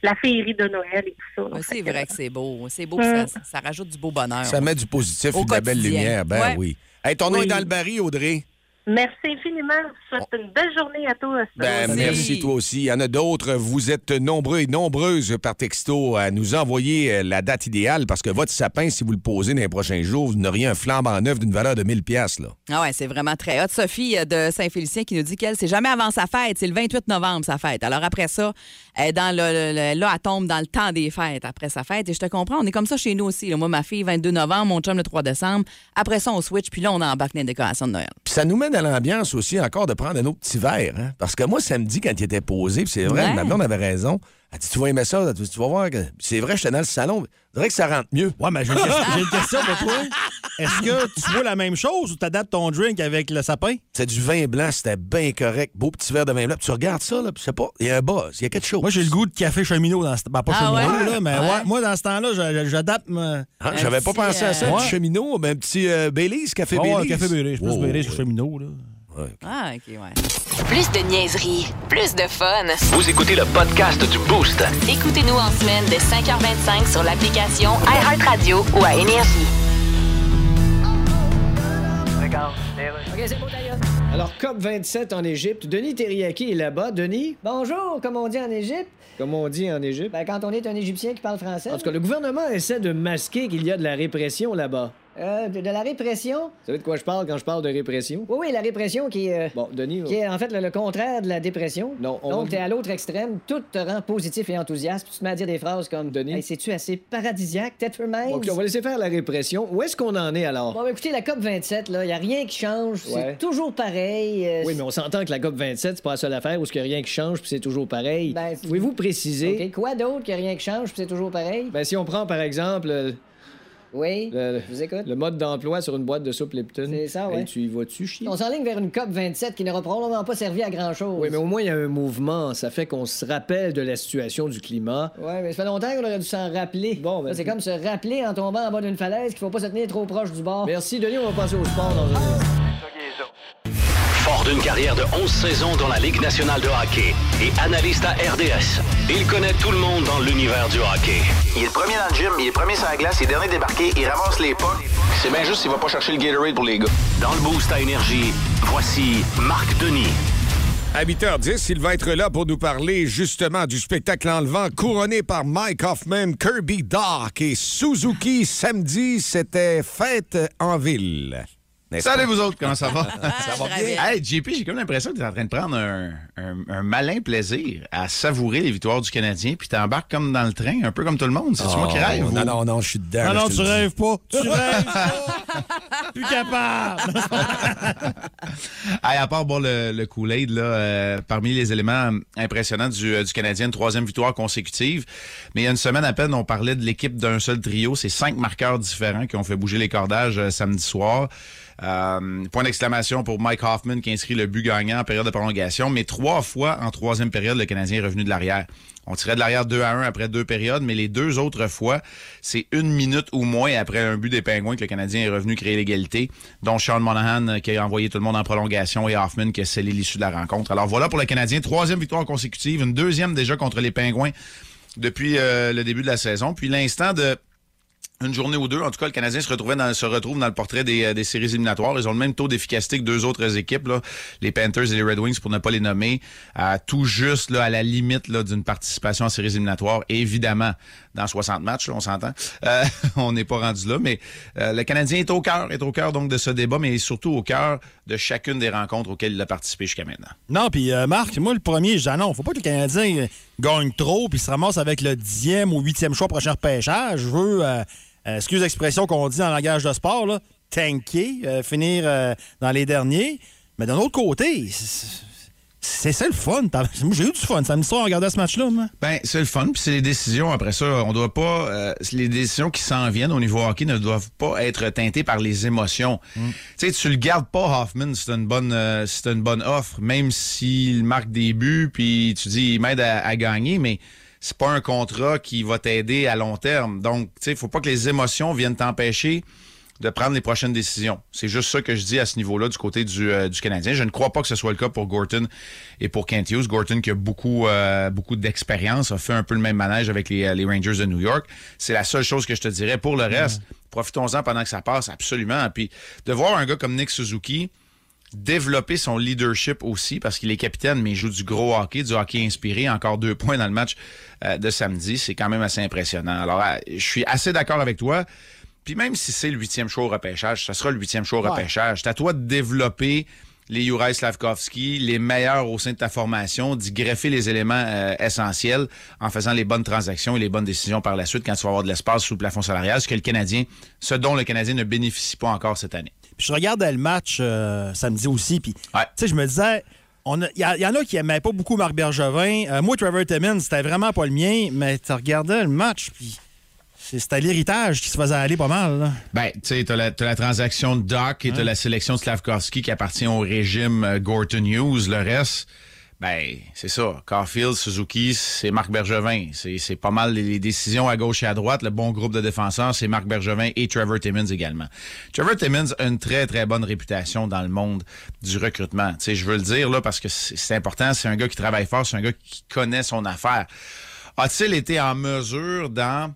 la féerie de Noël et tout ça. là. Ouais, C'est Fait que, euh, vrai que c'est beau. C'est beau, puis ça, ça rajoute du beau Ah, bonheur. Ça met du positif Au et de la belle quotidien. lumière. Ben Ouais. oui. Hey, ton nom Oui. est dans le baril, Audrey. Merci infiniment. Je vous souhaite une belle journée à tous. Ben, Merci. merci toi aussi. Il y en a d'autres. Vous êtes nombreux et nombreuses par texto à nous envoyer euh, la date idéale parce que votre sapin, si vous le posez dans les prochains jours, vous n'auriez un flambant neuf d'une valeur de 1000 pièces là. Ah ouais, c'est vraiment très hot. Sophie euh, de Saint-Félicien qui nous dit qu'elle, c'est jamais avant sa fête. C'est le 28 novembre, sa fête. Alors après ça, elle est dans le, le- le- là, elle tombe dans le temps des fêtes après sa fête. Et je te comprends, on est comme ça chez nous aussi. là. Moi, ma fille, 22 novembre, mon chum, le 3 décembre. Après ça, on switch, puis là, on embarque dans les décorations de Noël. Puis ça nous mène à l'ambiance aussi encore de prendre un autre petit verre. hein. Parce que moi, samedi, quand il était posé, puis c'est vrai, Ouais. ma blonde avait raison. Elle dit Tu vas aimer ça, tu tu vas voir. que... C'est vrai, j'étais dans le salon. Je dirais que ça rentre mieux. Ouais, mais j'ai une question- j'ai une question pour toi. Est-ce que tu vois la même chose ou t'adaptes ton drink avec le sapin? C'est du vin blanc, c'était bien correct. Beau petit verre de vin blanc. Puis tu regardes ça, là, puis je sais pas, il y a un buzz, il y a quelque chose. Moi, j'ai le goût de café cheminot dans ce ben, pas Ah cheminot, ouais? là, mais Ouais. ouais, Ah moi, dans ce temps-là, je- je- j'adapte ma- Hein, Un J'avais pas petit, pensé à ça. euh, Un petit cheminot, ben, un petit euh, Baileys, café Ah ouais, Baileys. café Baileys. Je pense Oh, Baileys, c'est ouais. cheminot, là. Ah, OK, ouais. Plus de niaiserie, plus de fun. Vous écoutez le podcast du Boost. Écoutez-nous en semaine de 5h25 sur l'application iHeartRadio ou à Énergie. Alors, COP27 en Égypte. Denis Terriaki est là-bas. Denis? Bonjour, comme on dit en Égypte. Comme on dit en Égypte. Ben, quand on est un Égyptien qui parle français. En tout cas, le gouvernement essaie de masquer qu'il y a de la répression là-bas. Euh, de, de la répression. Vous savez de quoi je parle quand je parle de répression? Oui, oui, la répression qui, est, euh, Bon, Denis, qui est en fait le, le contraire de la dépression. Non, on- Donc, t'es à l'autre extrême, tout te rend positif et enthousiaste. puis Tu te mets à dire des phrases comme Denis? Hey, c'est-tu assez paradisiaque, tête même OK, on va laisser faire la répression. Où est-ce qu'on en est alors? Bon, ben, écoutez, la COP27, là, il n'y a rien qui change. Ouais. C'est toujours pareil. euh, Oui, mais on s'entend que la COP27, c'est pas la seule affaire où ce que rien qui change, puis c'est toujours pareil. Ben, c'est- Pouvez-vous préciser? OK, quoi d'autre que rien qui change, puis c'est toujours pareil? Ben, si on prend par exemple euh, oui, le, Euh, je vous écoute. le mode d'emploi sur une boîte de soupe Lipton. C'est ça, ouais. Hey, tu y vas-tu chier? On s'enligne vers une COP27 qui n'aura probablement pas servi à grand-chose. Oui, mais au moins, il y a un mouvement. Ça fait qu'on se rappelle de la situation du climat. Ouais, mais ça fait longtemps qu'on aurait dû s'en rappeler. Bon, ben- Ça, c'est comme se rappeler en tombant en bas d'une falaise qu'il faut pas se tenir trop proche du bord. Merci, Denis. On va passer au sport dans un instant. Fort d'une carrière de 11 saisons dans la Ligue nationale de hockey et analyste à RDS, il connaît tout le monde dans l'univers du hockey. Il est le premier dans le gym, il est le premier sur la glace, il est dernier débarqué, il ramasse les pas. C'est bien juste s'il va pas chercher le Gatorade pour les gars. Dans le Boost à Énergie, voici Marc Denis. À 8h10, il va être là pour nous parler justement du spectacle enlevant couronné par Mike Hoffman, Kirby Dark et Suzuki. Samedi, c'était fête en ville. N'est-ce pas? Salut vous autres, comment ça va? ça très bien. Hey, JP, j'ai comme l'impression que tu es en train de prendre un, un- un malin plaisir à savourer les victoires du Canadien, puis t'embarques comme dans le train, un peu comme tout le monde. Oh, C'est-tu moi qui rêve? Non, ou- non, non, je suis dedans. Ah Euh, là, non, je tu te le dis. rêves pas. Tu rêves pas. Plus capable. Hey, à part boire le, le Kool-Aid, là, euh, parmi les éléments impressionnants du, euh, du Canadien, une troisième victoire consécutive. Mais il y a une semaine à peine, on parlait de l'équipe d'un seul trio. C'est cinq marqueurs différents qui ont fait bouger les cordages euh, samedi soir. Euh, point d'exclamation pour Mike Hoffman qui inscrit le but gagnant en période de prolongation. Mais trois fois en troisième période, le Canadien est revenu de l'arrière. On tirait de l'arrière 2 à 1 après deux périodes, mais les deux autres fois, c'est une minute ou moins après un but des Pingouins que le Canadien est revenu créer l'égalité, dont Sean Monahan euh, qui a envoyé tout le monde en prolongation et Hoffman qui a scellé l'issue de la rencontre. Alors voilà pour le Canadien, troisième victoire consécutive, une deuxième déjà contre les Pingouins depuis euh, le début de la saison. Puis l'instant de une journée ou deux, en tout cas, le Canadien se, retrouvait dans, se retrouve dans le portrait des, euh, des séries éliminatoires. Ils ont le même taux d'efficacité que deux autres équipes, là, les Panthers et les Red Wings, pour ne pas les nommer, à tout juste là, à la limite là, d'une participation en séries éliminatoires, évidemment, dans 60 matchs, là, on s'entend. Euh, on n'est pas rendu là, mais euh, le Canadien est au cœur, est au cœur donc de ce débat, mais surtout au cœur de chacune des rencontres auxquelles il a participé jusqu'à maintenant. Non, puis euh, Marc, moi, le premier, je dis, ah non, faut pas que le Canadien euh, gagne trop puis se ramasse avec le dixième ou huitième choix prochain repêchage. Je veux, euh, euh, excuse l'expression qu'on dit en langage de sport, là, tanker, euh, finir euh, dans les derniers. Mais d'un autre côté, c'est- c'est ça le fun. T'as- Moi, j'ai eu du fun samedi soir en regardant ce match-là, moi. Ben, c'est le fun, puis c'est les décisions après ça. On doit pas. euh, les décisions qui s'en viennent au niveau hockey ne doivent pas être teintées par les émotions. Tu sais, tu le gardes pas, Hoffman, c'est une bonne euh, c'est une bonne offre, même s'il marque des buts, puis tu dis il m'aide à, à gagner, mais c'est pas un contrat qui va t'aider à long terme. Donc, tu sais, faut pas que les émotions viennent t'empêcher de prendre les prochaines décisions. C'est juste ça que je dis à ce niveau-là du côté du, euh, du Canadien. Je ne crois pas que ce soit le cas pour Gorton et pour Kent Hughes. Gorton qui a beaucoup, euh, beaucoup d'expérience, a fait un peu le même manège avec les, euh, les Rangers de New York. C'est la seule chose que je te dirais. Pour le reste, profitons-en pendant que ça passe, absolument. Puis de voir un gars comme Nick Suzuki développer son leadership aussi, parce qu'il est capitaine, mais il joue du gros hockey, du hockey inspiré, encore deux points dans le match euh, de samedi. C'est quand même assez impressionnant. Alors, euh, je suis assez d'accord avec toi. Puis même si c'est le huitième show au repêchage, ça sera le huitième show au repêchage. C'est à toi de développer les Juraj Slavkovski, les meilleurs au sein de ta formation, d'y greffer les éléments euh, essentiels en faisant les bonnes transactions et les bonnes décisions par la suite quand tu vas avoir de l'espace sous le plafond salarial, ce que le Canadien, ce dont le Canadien ne bénéficie pas encore cette année. Puis je regardais le match euh, samedi aussi. Puis, tu sais, je me disais, il y, a- y en a qui n'aimaient pas beaucoup Marc Bergevin. Euh, moi, Trevor Timmins, c'était vraiment pas le mien, mais tu regardais le match, puis c'est- c'était l'héritage qui se faisait aller pas mal. là. Ben, tu sais, t'as la, t'as la transaction de Doc et t'as la sélection de Slavkovski qui appartient au régime euh, Gorton Hughes. Le reste, ben, c'est ça. Caulfield, Suzuki, c'est Marc Bergevin. C'est c'est pas mal les, les décisions à gauche et à droite. Le bon groupe de défenseurs, c'est Marc Bergevin et Trevor Timmins également. Trevor Timmins a une très, très bonne réputation dans le monde du recrutement. Tu sais, je veux le dire, là, parce que c'est c'est important. C'est un gars qui travaille fort. C'est un gars qui connaît son affaire. A-t-il été en mesure dans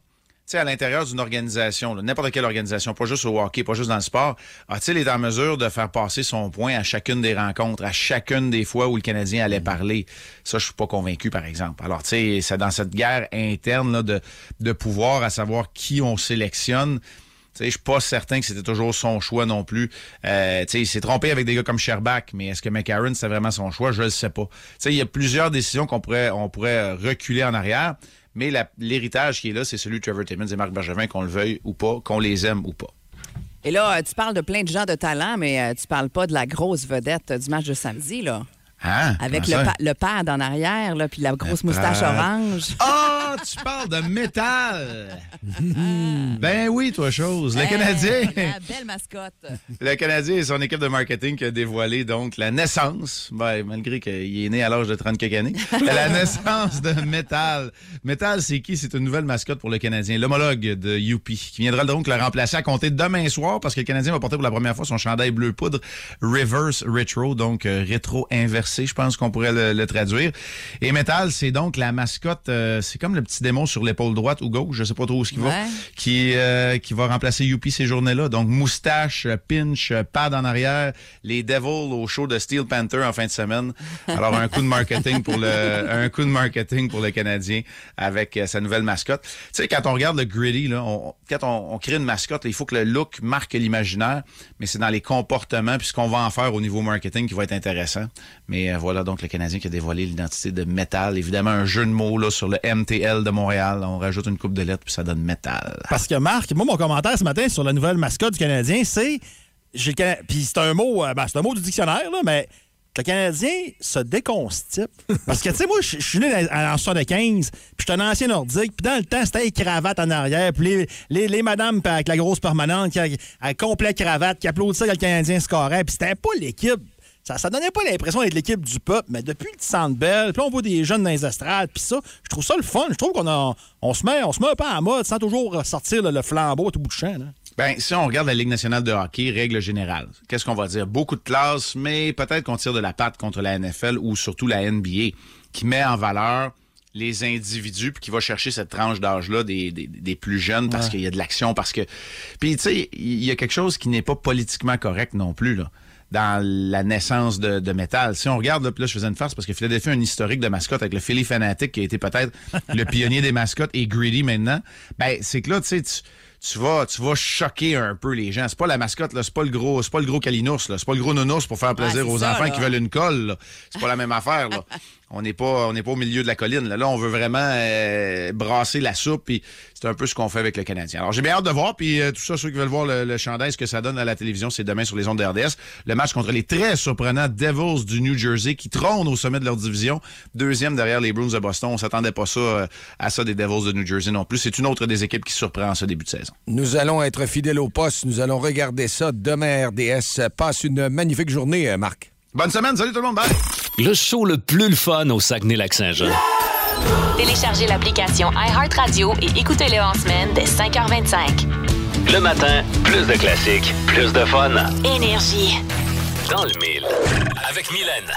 tu sais, à l'intérieur d'une organisation, là, n'importe quelle organisation, pas juste au hockey, pas juste dans le sport, a-t-il été en mesure de faire passer son point à chacune des rencontres, à chacune des fois où le Canadien allait parler? Ça, je suis pas convaincu, par exemple. Alors, tu sais, c'est dans cette guerre interne là, de, de pouvoir à savoir qui on sélectionne. Tu sais, Je suis pas certain que c'était toujours son choix non plus. Euh, tu sais, il s'est trompé avec des gars comme Sherbach, mais est-ce que McCarron, c'était vraiment son choix? Je le sais pas. Tu sais, Il y a plusieurs décisions qu'on pourrait, on pourrait euh, reculer en arrière, mais la- l'héritage qui est là, c'est celui de Trevor Timmins et Marc Bergevin, qu'on le veuille ou pas, qu'on les aime ou pas. Et là, euh, tu parles de plein de gens de talent, mais euh, tu parles pas de la grosse vedette euh, du match de samedi, là. Hein? Avec Comment le, ça? pa- le pad en arrière, là, puis la grosse Le moustache pad. orange. Ah, tu parles de métal! ben oui, toi, chose. Le Canadien. La belle mascotte. Le Canadien et son équipe de marketing qui a dévoilé donc la naissance, ben, malgré qu'il est né à l'âge de 30 quelques années, la naissance de Metal. Metal, c'est qui? C'est une nouvelle mascotte pour le Canadien, l'homologue de Youpi, qui viendra donc le remplacer à compter demain soir parce que le Canadien va porter pour la première fois son chandail bleu poudre Reverse Retro, donc euh, rétro inversé, je pense qu'on pourrait le, le traduire. Et Metal, c'est donc la mascotte, euh, c'est comme le petit démon sur l'épaule droite ou gauche, je sais pas trop où ce qu'il va, Ouais. qui, euh, qui va remplacer Youpi ces journées-là. Donc, moustache, euh, pinch, euh, pad en arrière, les Devils au show de Steel Panther en fin de semaine. Alors, un coup de marketing pour le, un coup de marketing pour le Canadien avec euh, sa nouvelle mascotte. Tu sais, quand on regarde le gritty, là, on- quand on, on crée une mascotte, il faut que le look marque l'imaginaire, mais c'est dans les comportements puis ce qu'on va en faire au niveau marketing qui va être intéressant. Mais euh, voilà donc le Canadien qui a dévoilé l'identité de Metal. Évidemment, un jeu de mots là, sur le MTL de Montréal. On rajoute une coupe de lettres puis ça donne Metal. Parce que Marc, moi, mon commentaire ce matin sur la nouvelle mascotte du Canadien, c'est. j'ai le Cana- Puis c'est un mot, euh, ben, c'est un mot du dictionnaire, là, mais le Canadien se déconstipe. Parce que, tu sais, moi, je je suis né dans- en 75, puis je suis un ancien nordique, puis dans le temps, c'était les cravates en arrière, puis les, les, les madames pis avec la grosse permanente, qui, à complet cravate, qui applaudissaient quand le Canadien scorait, puis c'était pas l'équipe. Ça, ça donnait pas l'impression d'être l'équipe du peuple, mais depuis le Centre Bell, puis là, on voit des jeunes dans les estrades, puis ça, je trouve ça le fun. Je trouve qu'on a- on se met, on se met un peu en mode sans toujours sortir le, le flambeau à tout bout de champ. là. Ben, si on regarde la Ligue nationale de hockey, règle générale, qu'est-ce qu'on va dire? Beaucoup de classes, mais peut-être qu'on tire de la patte contre la NFL ou surtout la NBA, qui met en valeur les individus puis qui va chercher cette tranche d'âge-là des, des- des plus jeunes parce Ouais. qu'il y a de l'action, parce que... Puis, tu sais, il y a quelque chose qui n'est pas politiquement correct non plus, là dans la naissance de, de métal. Si on regarde, là, puis là, je faisais une farce parce que Philadelphie a un historique de mascotte avec le Philly Fanatic qui a été peut-être le pionnier des mascottes et Greedy maintenant. Ben, c'est que là, tu sais, tu- tu vas, tu vas choquer un peu les gens. C'est pas la mascotte, là, c'est pas le gros, c'est pas le gros calinours, là, c'est pas le gros nounours pour faire plaisir c'est aux ça, enfants là. qui veulent une colle. là. C'est pas la même affaire. Là. On n'est pas, on n'est pas au milieu de la colline. Là, Là, on veut vraiment euh, brasser la soupe. Puis c'est un peu ce qu'on fait avec le Canadien. Alors j'ai bien hâte de voir. Puis euh, tout ça, ceux qui veulent voir le, le chandail, ce que ça donne à la télévision, c'est demain sur les ondes de RDS. Le match contre les très surprenants Devils du New Jersey qui trônent au sommet de leur division, deuxième derrière les Bruins de Boston. On s'attendait pas ça euh, à ça des Devils de New Jersey non plus. C'est une autre des équipes qui surprend en ce début de saison. Nous allons être fidèles au poste. Nous allons regarder ça demain à RDS. Passe une magnifique journée, euh, Marc. Bonne semaine. Salut tout le monde. Bye. Le show le plus le fun au Saguenay-Lac-Saint-Jean. Téléchargez l'application iHeartRadio et écoutez-le en semaine dès 5h25. Le matin, plus de classiques, plus de fun. Énergie. Dans le mille. Avec Mylène.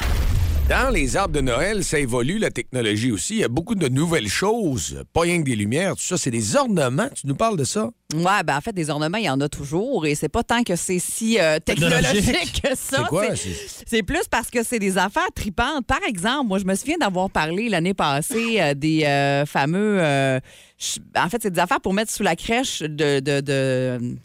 Dans les arbres de Noël, ça évolue, la technologie aussi. Il y a beaucoup de nouvelles choses. Pas rien que des lumières, tout ça. C'est des ornements. Tu nous parles de ça? Ouais, ben en fait, des ornements, il y en a toujours et c'est pas tant que c'est si euh, technologique que ça. C'est quoi? C'est- C'est plus parce que c'est des affaires tripantes. Par exemple, moi, je me souviens d'avoir parlé l'année passée euh, des euh, fameux. euh, ch- en fait, c'est des affaires pour mettre sous la crèche de. de- de-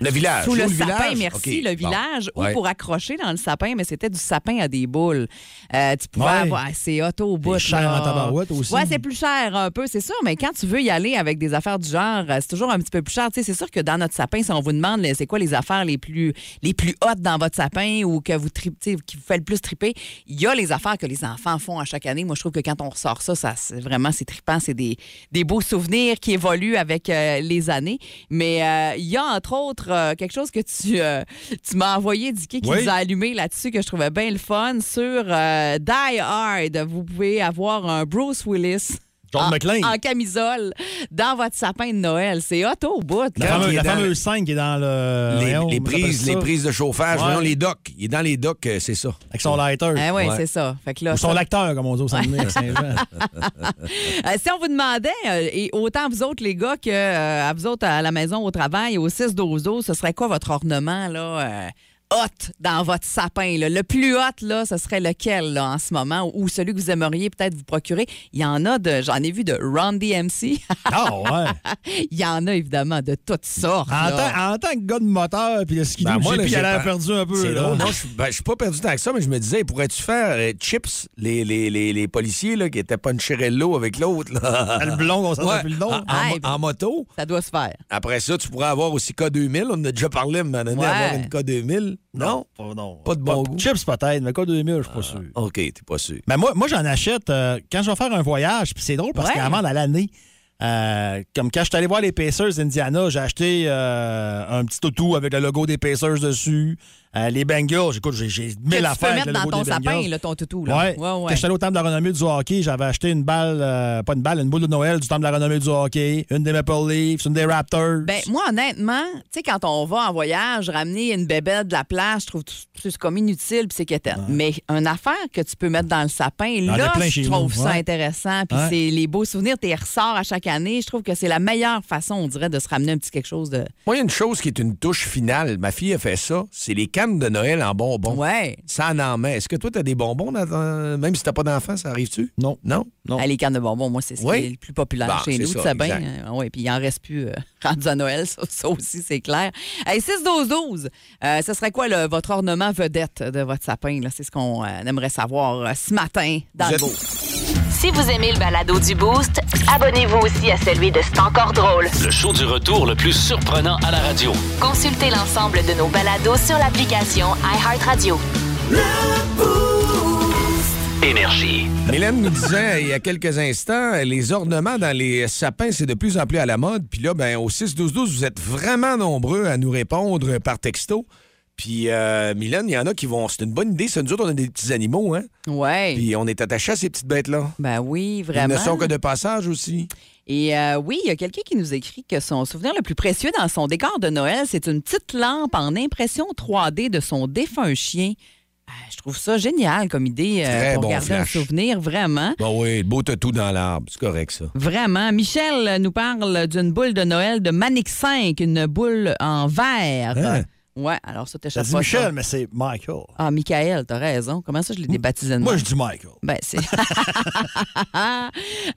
Le village. Sous Ou le, le sapin, village? merci, OK, le bon. village, ou Ouais. pour accrocher dans le sapin, mais c'était du sapin à des boules. Euh, tu pouvais Ouais. avoir. C'est auto au bout. cher là. en tabarouette aussi. Ouais, c'est plus cher un peu, c'est sûr, mais quand tu veux y aller avec des affaires du genre, euh, c'est toujours un petit peu plus cher. Tu sais, c'est sûr que dans notre sapin, si on vous demande là, c'est quoi les affaires les plus, les plus hautes dans votre sapin ou que vous tri- tu sais, qui vous fait le plus triper, il y a les affaires que les enfants font à chaque année. Moi, je trouve que quand on ressort ça, ça c'est vraiment, c'est trippant. C'est des, des beaux souvenirs qui évoluent avec euh, les années. Mais euh, il y a entre autres euh, quelque chose que tu, euh, tu m'as envoyé, Dicky, qui Oui. nous a allumé là-dessus, que je trouvais bien le fun, sur euh, Die Hard. Vous pouvez avoir un Bruce Willis. John en, McClane. en camisole dans votre sapin de Noël. C'est hot au bout. La là. fameuse, la fameuse 5 qui est dans le. Les, voyons, les comment ça s'appelle prises, ça? les prises de chauffage, Ouais. voyons, les docks. Il est dans les docks, euh, c'est ça. Avec son lighter. Ah ouais, c'est ça. Fait que là, Ou son ça- lacteur, comme on dit au Saguenay, à Saint-Jean. Euh, si on vous demandait, euh, et autant vous autres, les gars, que euh, à vous autres à la maison, au travail, au 6 12 12 ce serait quoi votre ornement, là? euh, Hot dans votre sapin. là? Le plus hot, là, ce serait lequel là, en ce moment ou celui que vous aimeriez peut-être vous procurer? Il y en a de, j'en ai vu de Ron DMC. Ah ouais! Il y en a évidemment de toutes sortes. En, là. tant, en tant que gars de moteur puis de ski Ben, j'ai là, puis j'ai il a l'air pas- perdu un peu. C'est là. drôle. Non, je ben, je suis pas perdu tant que ça, mais je me disais, pourrais-tu faire euh, chips, les, les, les, les policiers là, qui étaient Poncherello avec l'autre? là? Le blond, on s'en Ouais, rappelle plus le nom. en- en- ben, en moto? Ça doit se faire. Après ça, tu pourrais avoir aussi K2000. On en a déjà parlé à un moment donné, Ouais. avoir une K2000. Non? Pas, de bon goût. Chips peut-être, mais quoi 2000, je suis pas sûr. OK, t'es pas sûr. Ben moi, moi j'en achète euh, quand je vais faire un voyage. Puis c'est drôle parce Ouais. qu'avant d'aller à l'année, euh, comme quand je suis allé voir les Pacers Indiana, j'ai acheté euh, un petit auto avec le logo des Pacers dessus. Euh, les Bengals, j'écoute, j'ai- j'ai Que mille tu peux affaires. avec mettre le dans logo ton des sapin, Bengals. là, ton toutou. Là. Ouais. Quand j'étais allé au temple de la renommée du hockey, j'avais acheté une balle, euh, pas une balle, une boule de Noël du temple de la renommée du hockey, une des Maple Leafs, une des Raptors. Ben, moi, honnêtement, tu sais, quand on va en voyage, ramener une bébête de la plage, je trouve que c'est comme inutile puis c'est quétaine. Mais une affaire que tu peux mettre dans le sapin, en a là, plein chez je trouve nous, ça ouais. intéressant. Puis Ouais. c'est les beaux souvenirs, tes ressorts à chaque année. Je trouve que c'est la meilleure façon, on dirait, de se ramener un petit quelque chose de. Moi, il y a une chose qui est une touche finale. Ma fille a fait ça. C'est les cannes de Noël en bonbons. Ouais. Ça en en met. Est-ce que toi, t'as des bonbons, dans ton- même si t'as pas d'enfant, ça arrive-tu? Non. Non? Non. les cannes de bonbons, moi, c'est ce Oui. qui est le plus populaire Bon, chez c'est nous, ça, tu sais bien. exact. Euh, ouais, puis il en reste plus euh, rendu à Noël, ça, ça aussi, c'est clair. Hey, 6-12-12, euh, ce serait quoi le- votre ornement vedette de votre sapin? là? C'est ce qu'on euh, aimerait savoir euh, ce matin dans Vous le êtes- beau. Si vous aimez le balado du Boost, abonnez-vous aussi à celui de C'est encore drôle. Le show du retour le plus surprenant à la radio. Consultez l'ensemble de nos balados sur l'application iHeartRadio. Énergie. Mélène nous disait il y a quelques instants, les ornements dans les sapins, c'est de plus en plus à la mode. Puis là, ben, au 6-12-12, vous êtes vraiment nombreux à nous répondre par texto. Puis, euh, Mylène, il y en a qui vont. C'est une bonne idée, ça. Nous autres, on a des petits animaux, hein? Ouais. Puis on est attachés à ces petites bêtes-là. Ben oui, Ils vraiment. ne sont que de passage aussi. Et euh, oui, il y a quelqu'un qui nous écrit que son souvenir le plus précieux dans son décor de Noël, c'est une petite lampe en impression 3D de son défunt chien. Euh, Je trouve ça génial comme idée euh, Très pour bon garder flash. un souvenir, vraiment. Bon, Ben oui, le beau tatou dans l'arbre, c'est correct, ça. Vraiment. Michel euh, nous parle d'une boule de Noël de Manic 5, une boule en verre. Hein? Ouais, alors ça T'as t'échappe dit pas. Michel, ça. mais c'est Michael. Ah, Michael, t'as raison. Comment ça, je l'ai débaptisé de Moi, même? je dis Michael. Ben, c'est.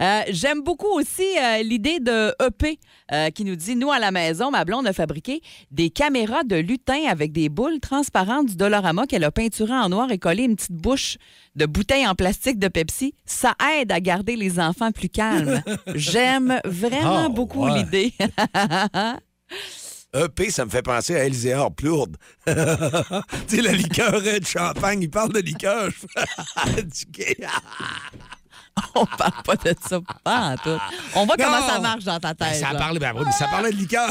Euh, J'aime beaucoup aussi euh, l'idée de EP euh, qui nous dit Nous, à la maison, ma blonde a fabriqué des caméras de lutin avec des boules transparentes du Dolorama qu'elle a peinturées en noir et collé une petite bouche de bouteille en plastique de Pepsi. Ça aide à garder les enfants plus calmes. J'aime vraiment Oh, beaucoup ouais. l'idée. EP, E ça me fait penser à Elzéar Plourde. tu sais, la liqueur de champagne, il parle de liqueur. du gay. Ah, On parle pas de ça, pas en tout. On voit comment Non. ça marche dans ta Ben, tête. ça, là. parlait, ben oui, mais ça parlait de liqueur.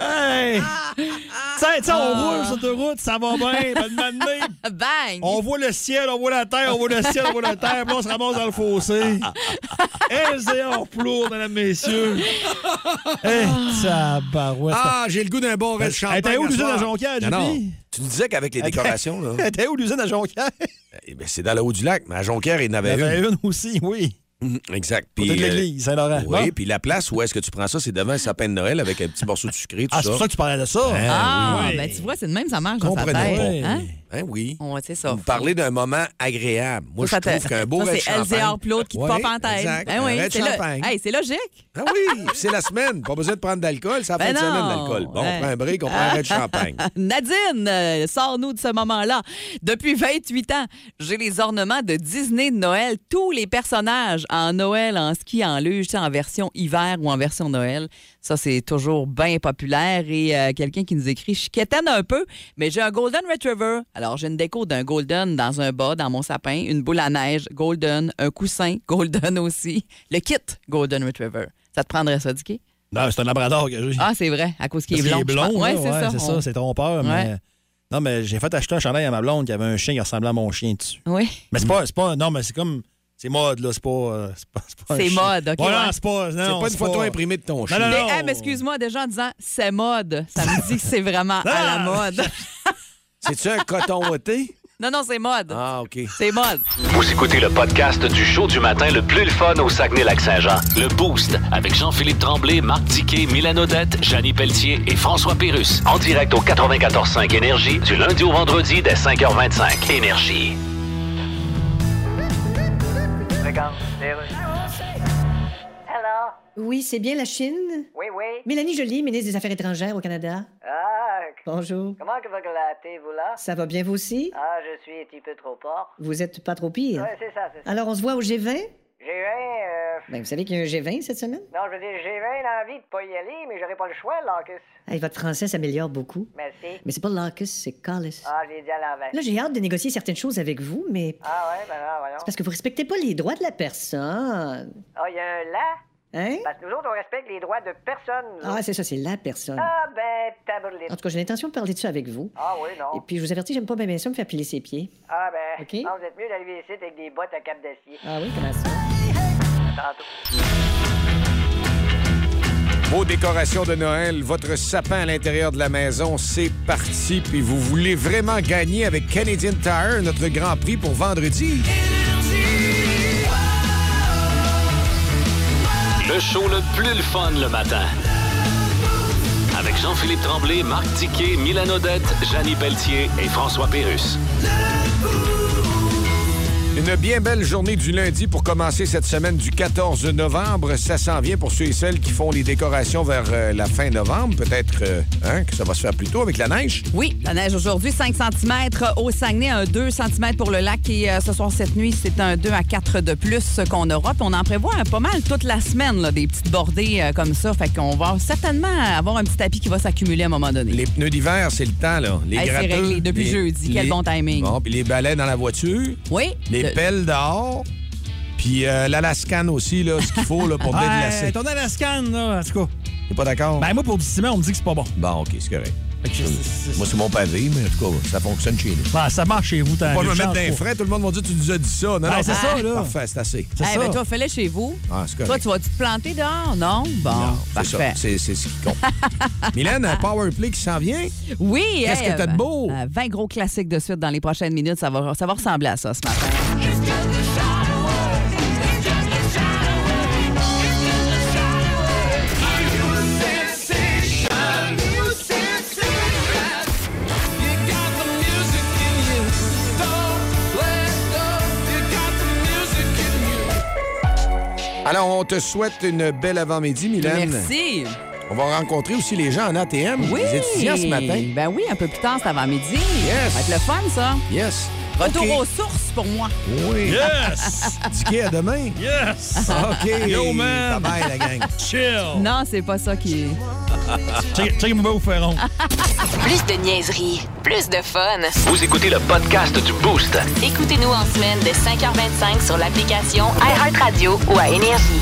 Hey! Tiens, tiens, on roule sur deux routes, ça va bien. Ben, de m'amener, Bang! Oh, on voit le ciel, on voit la terre, on voit le ciel, on voit la terre, puis on se ramasse dans le fossé. LCR plourde, mesdames, messieurs. Hey, tabarouette. Ah, j'ai le goût d'un bon reste de champagne. Hey, t'es où à l'usine soir? à Jonquière, Non, non. JP? Tu nous disais qu'avec les décorations, là. T'es où l'usine à Jonquière? Eh ben, c'est dans le haut du lac, mais à Jonquière, il y en Il y avait en avait une. Ben, une aussi, oui. Mhm, Exact. Puis, Côté de euh, l'église, Ah. Saint-Laurent. Bon. Oui, puis la place où est-ce que tu prends ça, c'est devant un sapin de Noël avec un petit morceau de sucré, tout Ah, c'est ça. pour ça que tu parlais de ça. Ah, oui. ben tu vois, c'est de même, ça marche dans sa Comprenez tête. pas. Hein? Hein, oui. Ouais, c'est ça. Vous parlez d'un moment agréable. Moi, Ça, ça je trouve te- qu'un beau ça, verre de C'est champagne. LZR Plot qui te Ouais, pop en tête. exact. Ben oui, Un verre de c'est lo- champagne. Hey, c'est logique. Ah oui, puis c'est la semaine. Pas besoin de prendre d'alcool, ça fait Ben une non. semaine d'alcool. Bon, Ouais. Ah. on prend un break, on prend un verre de champagne. Nadine, euh, sors-nous de ce moment-là. Depuis 28 ans, j'ai les ornements de Disney de Noël. Tous les personnages en Noël, en ski, en luge, tu sais, en version hiver ou en version Noël. Ça, c'est toujours bien populaire. Et euh, quelqu'un qui nous écrit, je quétaine un peu, mais j'ai un Golden Retriever. Alors, j'ai une déco d'un Golden dans un bas, dans mon sapin, une boule à neige Golden, un coussin Golden aussi, le kit Golden Retriever. Ça te prendrait ça, Dicky? Non, c'est un labrador que j'ai. Ah, c'est vrai, à cause qu'il est Parce qu'il blond. est blond, Oui, là, c'est ça. C'est On- ça, c'est trompeur. Ouais. Mais... Non, mais j'ai fait acheter un chandail à ma blonde qui avait un chien qui ressemblait à mon chien dessus. Oui. Mais c'est pas, c'est pas. Non, mais c'est comme. C'est mode, là. C'est pas. euh, C'est pas, pas un C'est chien. mode, ok, Ouais, non, ouais. c'est pas. C'est non, pas une photo imprimée de ton chien. non, Mais, non. hey, mais excuse-moi, Eh, déjà en disant c'est mode, ça me dit que c'est vraiment à Ah! la mode. C'est-tu un coton ôté? Non, non, c'est mode. Ah, OK. C'est mode. Vous écoutez le podcast du show du matin le plus le fun au Saguenay-Lac-Saint-Jean. Le Boost avec Jean-Philippe Tremblay, Marc Diquet, Milan Odette, Janine Pelletier et François Pérus. En direct au 94.5 Énergie du lundi au vendredi dès 5h25. Énergie. Oui, c'est bien la Chine. Oui, oui. Mélanie Joly, ministre des Affaires étrangères au Canada. Ah, Bonjour. comment que vous glattez, vous là? Ça va bien vous aussi? Ah, je suis un petit peu trop fort. Vous êtes pas trop pire. Ouais, c'est ça, c'est ça. Alors, on se voit au G20? J'ai un. euh, Ben, vous savez qu'il y a un G20 cette semaine? Non, je veux dire, j'ai bien envie de pas y aller, mais j'aurais pas le choix, Lacus. Hey, votre français s'améliore beaucoup. Merci. Mais c'est pas Larkus, c'est Callis. Ah, j'ai dit à l'envers. Là, j'ai hâte de négocier certaines choses avec vous, mais Ah, ouais, ben là, voyons. c'est parce que vous respectez pas les droits de la personne. Ah, il y a un là? Hein? Parce que nous autres, on respecte les droits de personne. nous Ah, autres. c'est ça, c'est la personne. ah ben, En tabourlette. tout cas, j'ai l'intention de parler de ça avec vous. Ah, oui, non. Et puis, je vous avertis, j'aime pas bien bien ça me faire piler ses pieds. Ah, ben, Ok. ah, vous êtes mieux d'arriver ici avec des bottes à cap d'acier. Ah oui, comment ça? Tantôt. Vos décorations de Noël, votre sapin à l'intérieur de la maison, c'est parti. Puis vous voulez vraiment gagner avec Canadian Tire notre Grand Prix pour vendredi? Le show le plus le fun le matin. Avec Jean-Philippe Tremblay, Marc Diquet, Milan Odette, Janine Pelletier et François Pérus. Une bien belle journée du lundi pour commencer cette semaine du 14 novembre. Ça s'en vient pour ceux et celles qui font les décorations vers euh, la fin novembre. Peut-être euh, hein, que ça va se faire plus tôt avec la neige. Oui, la neige aujourd'hui, 5 cm au Saguenay, un 2 cm pour le lac et euh, ce soir, cette nuit, c'est un 2 à 4 de plus euh, qu'on aura. Puis on en prévoit euh, pas mal toute la semaine, là, des petites bordées euh, comme ça. Fait qu'on va certainement avoir un petit tapis qui va s'accumuler à un moment donné. Les pneus d'hiver, c'est le temps, là. Les Hey, c'est gratteux, réglé depuis les- jeudi. Quel les- bon timing. Bon, puis les balais dans la voiture, Oui? les Le- pelles dehors, puis euh, l'Alaskan aussi, là, ce qu'il faut là, pour Ah, déglacer. ton Alaskan, là, en tout cas. T'es pas d'accord? Ben, moi, pour du ciment, on me dit que c'est pas bon. Bon, OK, c'est correct. Moi, c'est mon pavé, mais en tout cas, ça fonctionne chez nous. Ah, ça marche chez vous, t'as Faut pas une me mettre chance, d'un quoi. frais, tout le monde m'a dit, tu nous as dit ça. Non, Ben, non, c'est ça, là. Parfait, c'est assez. Eh ben, toi, fais-le chez vous. Ah, c'est Toi, correct. tu vas-tu te planter dehors? Non? Bon, Non, c'est ça. parfait. C'est c'est ce qui compte. Mylène, un power play qui s'en vient? Oui. Qu'est-ce hey, que t'as de euh, beau? euh, 20 gros classiques de suite dans les prochaines minutes. Ça va, ça va ressembler à ça ce matin. Alors, on te souhaite une belle avant-midi, Mylène. Merci. On va rencontrer aussi les gens en ATM, Oui. les étudiants hein, ce matin. Ben oui, un peu plus tard, cet avant-midi. Ça va être le fun, ça. Yes. Retour OK. aux sources pour moi. Oui. Ticket à demain. Yes! Ah. OK. Yo, man! Bye-bye, la gang. Chill! Non, c'est pas ça qui est. Check, check mon beau ferron. Plus de niaiserie, plus de fun. Vous écoutez le podcast du Boost. Écoutez-nous en semaine de 5h25 sur l'application iHeartRadio ou à Énergie.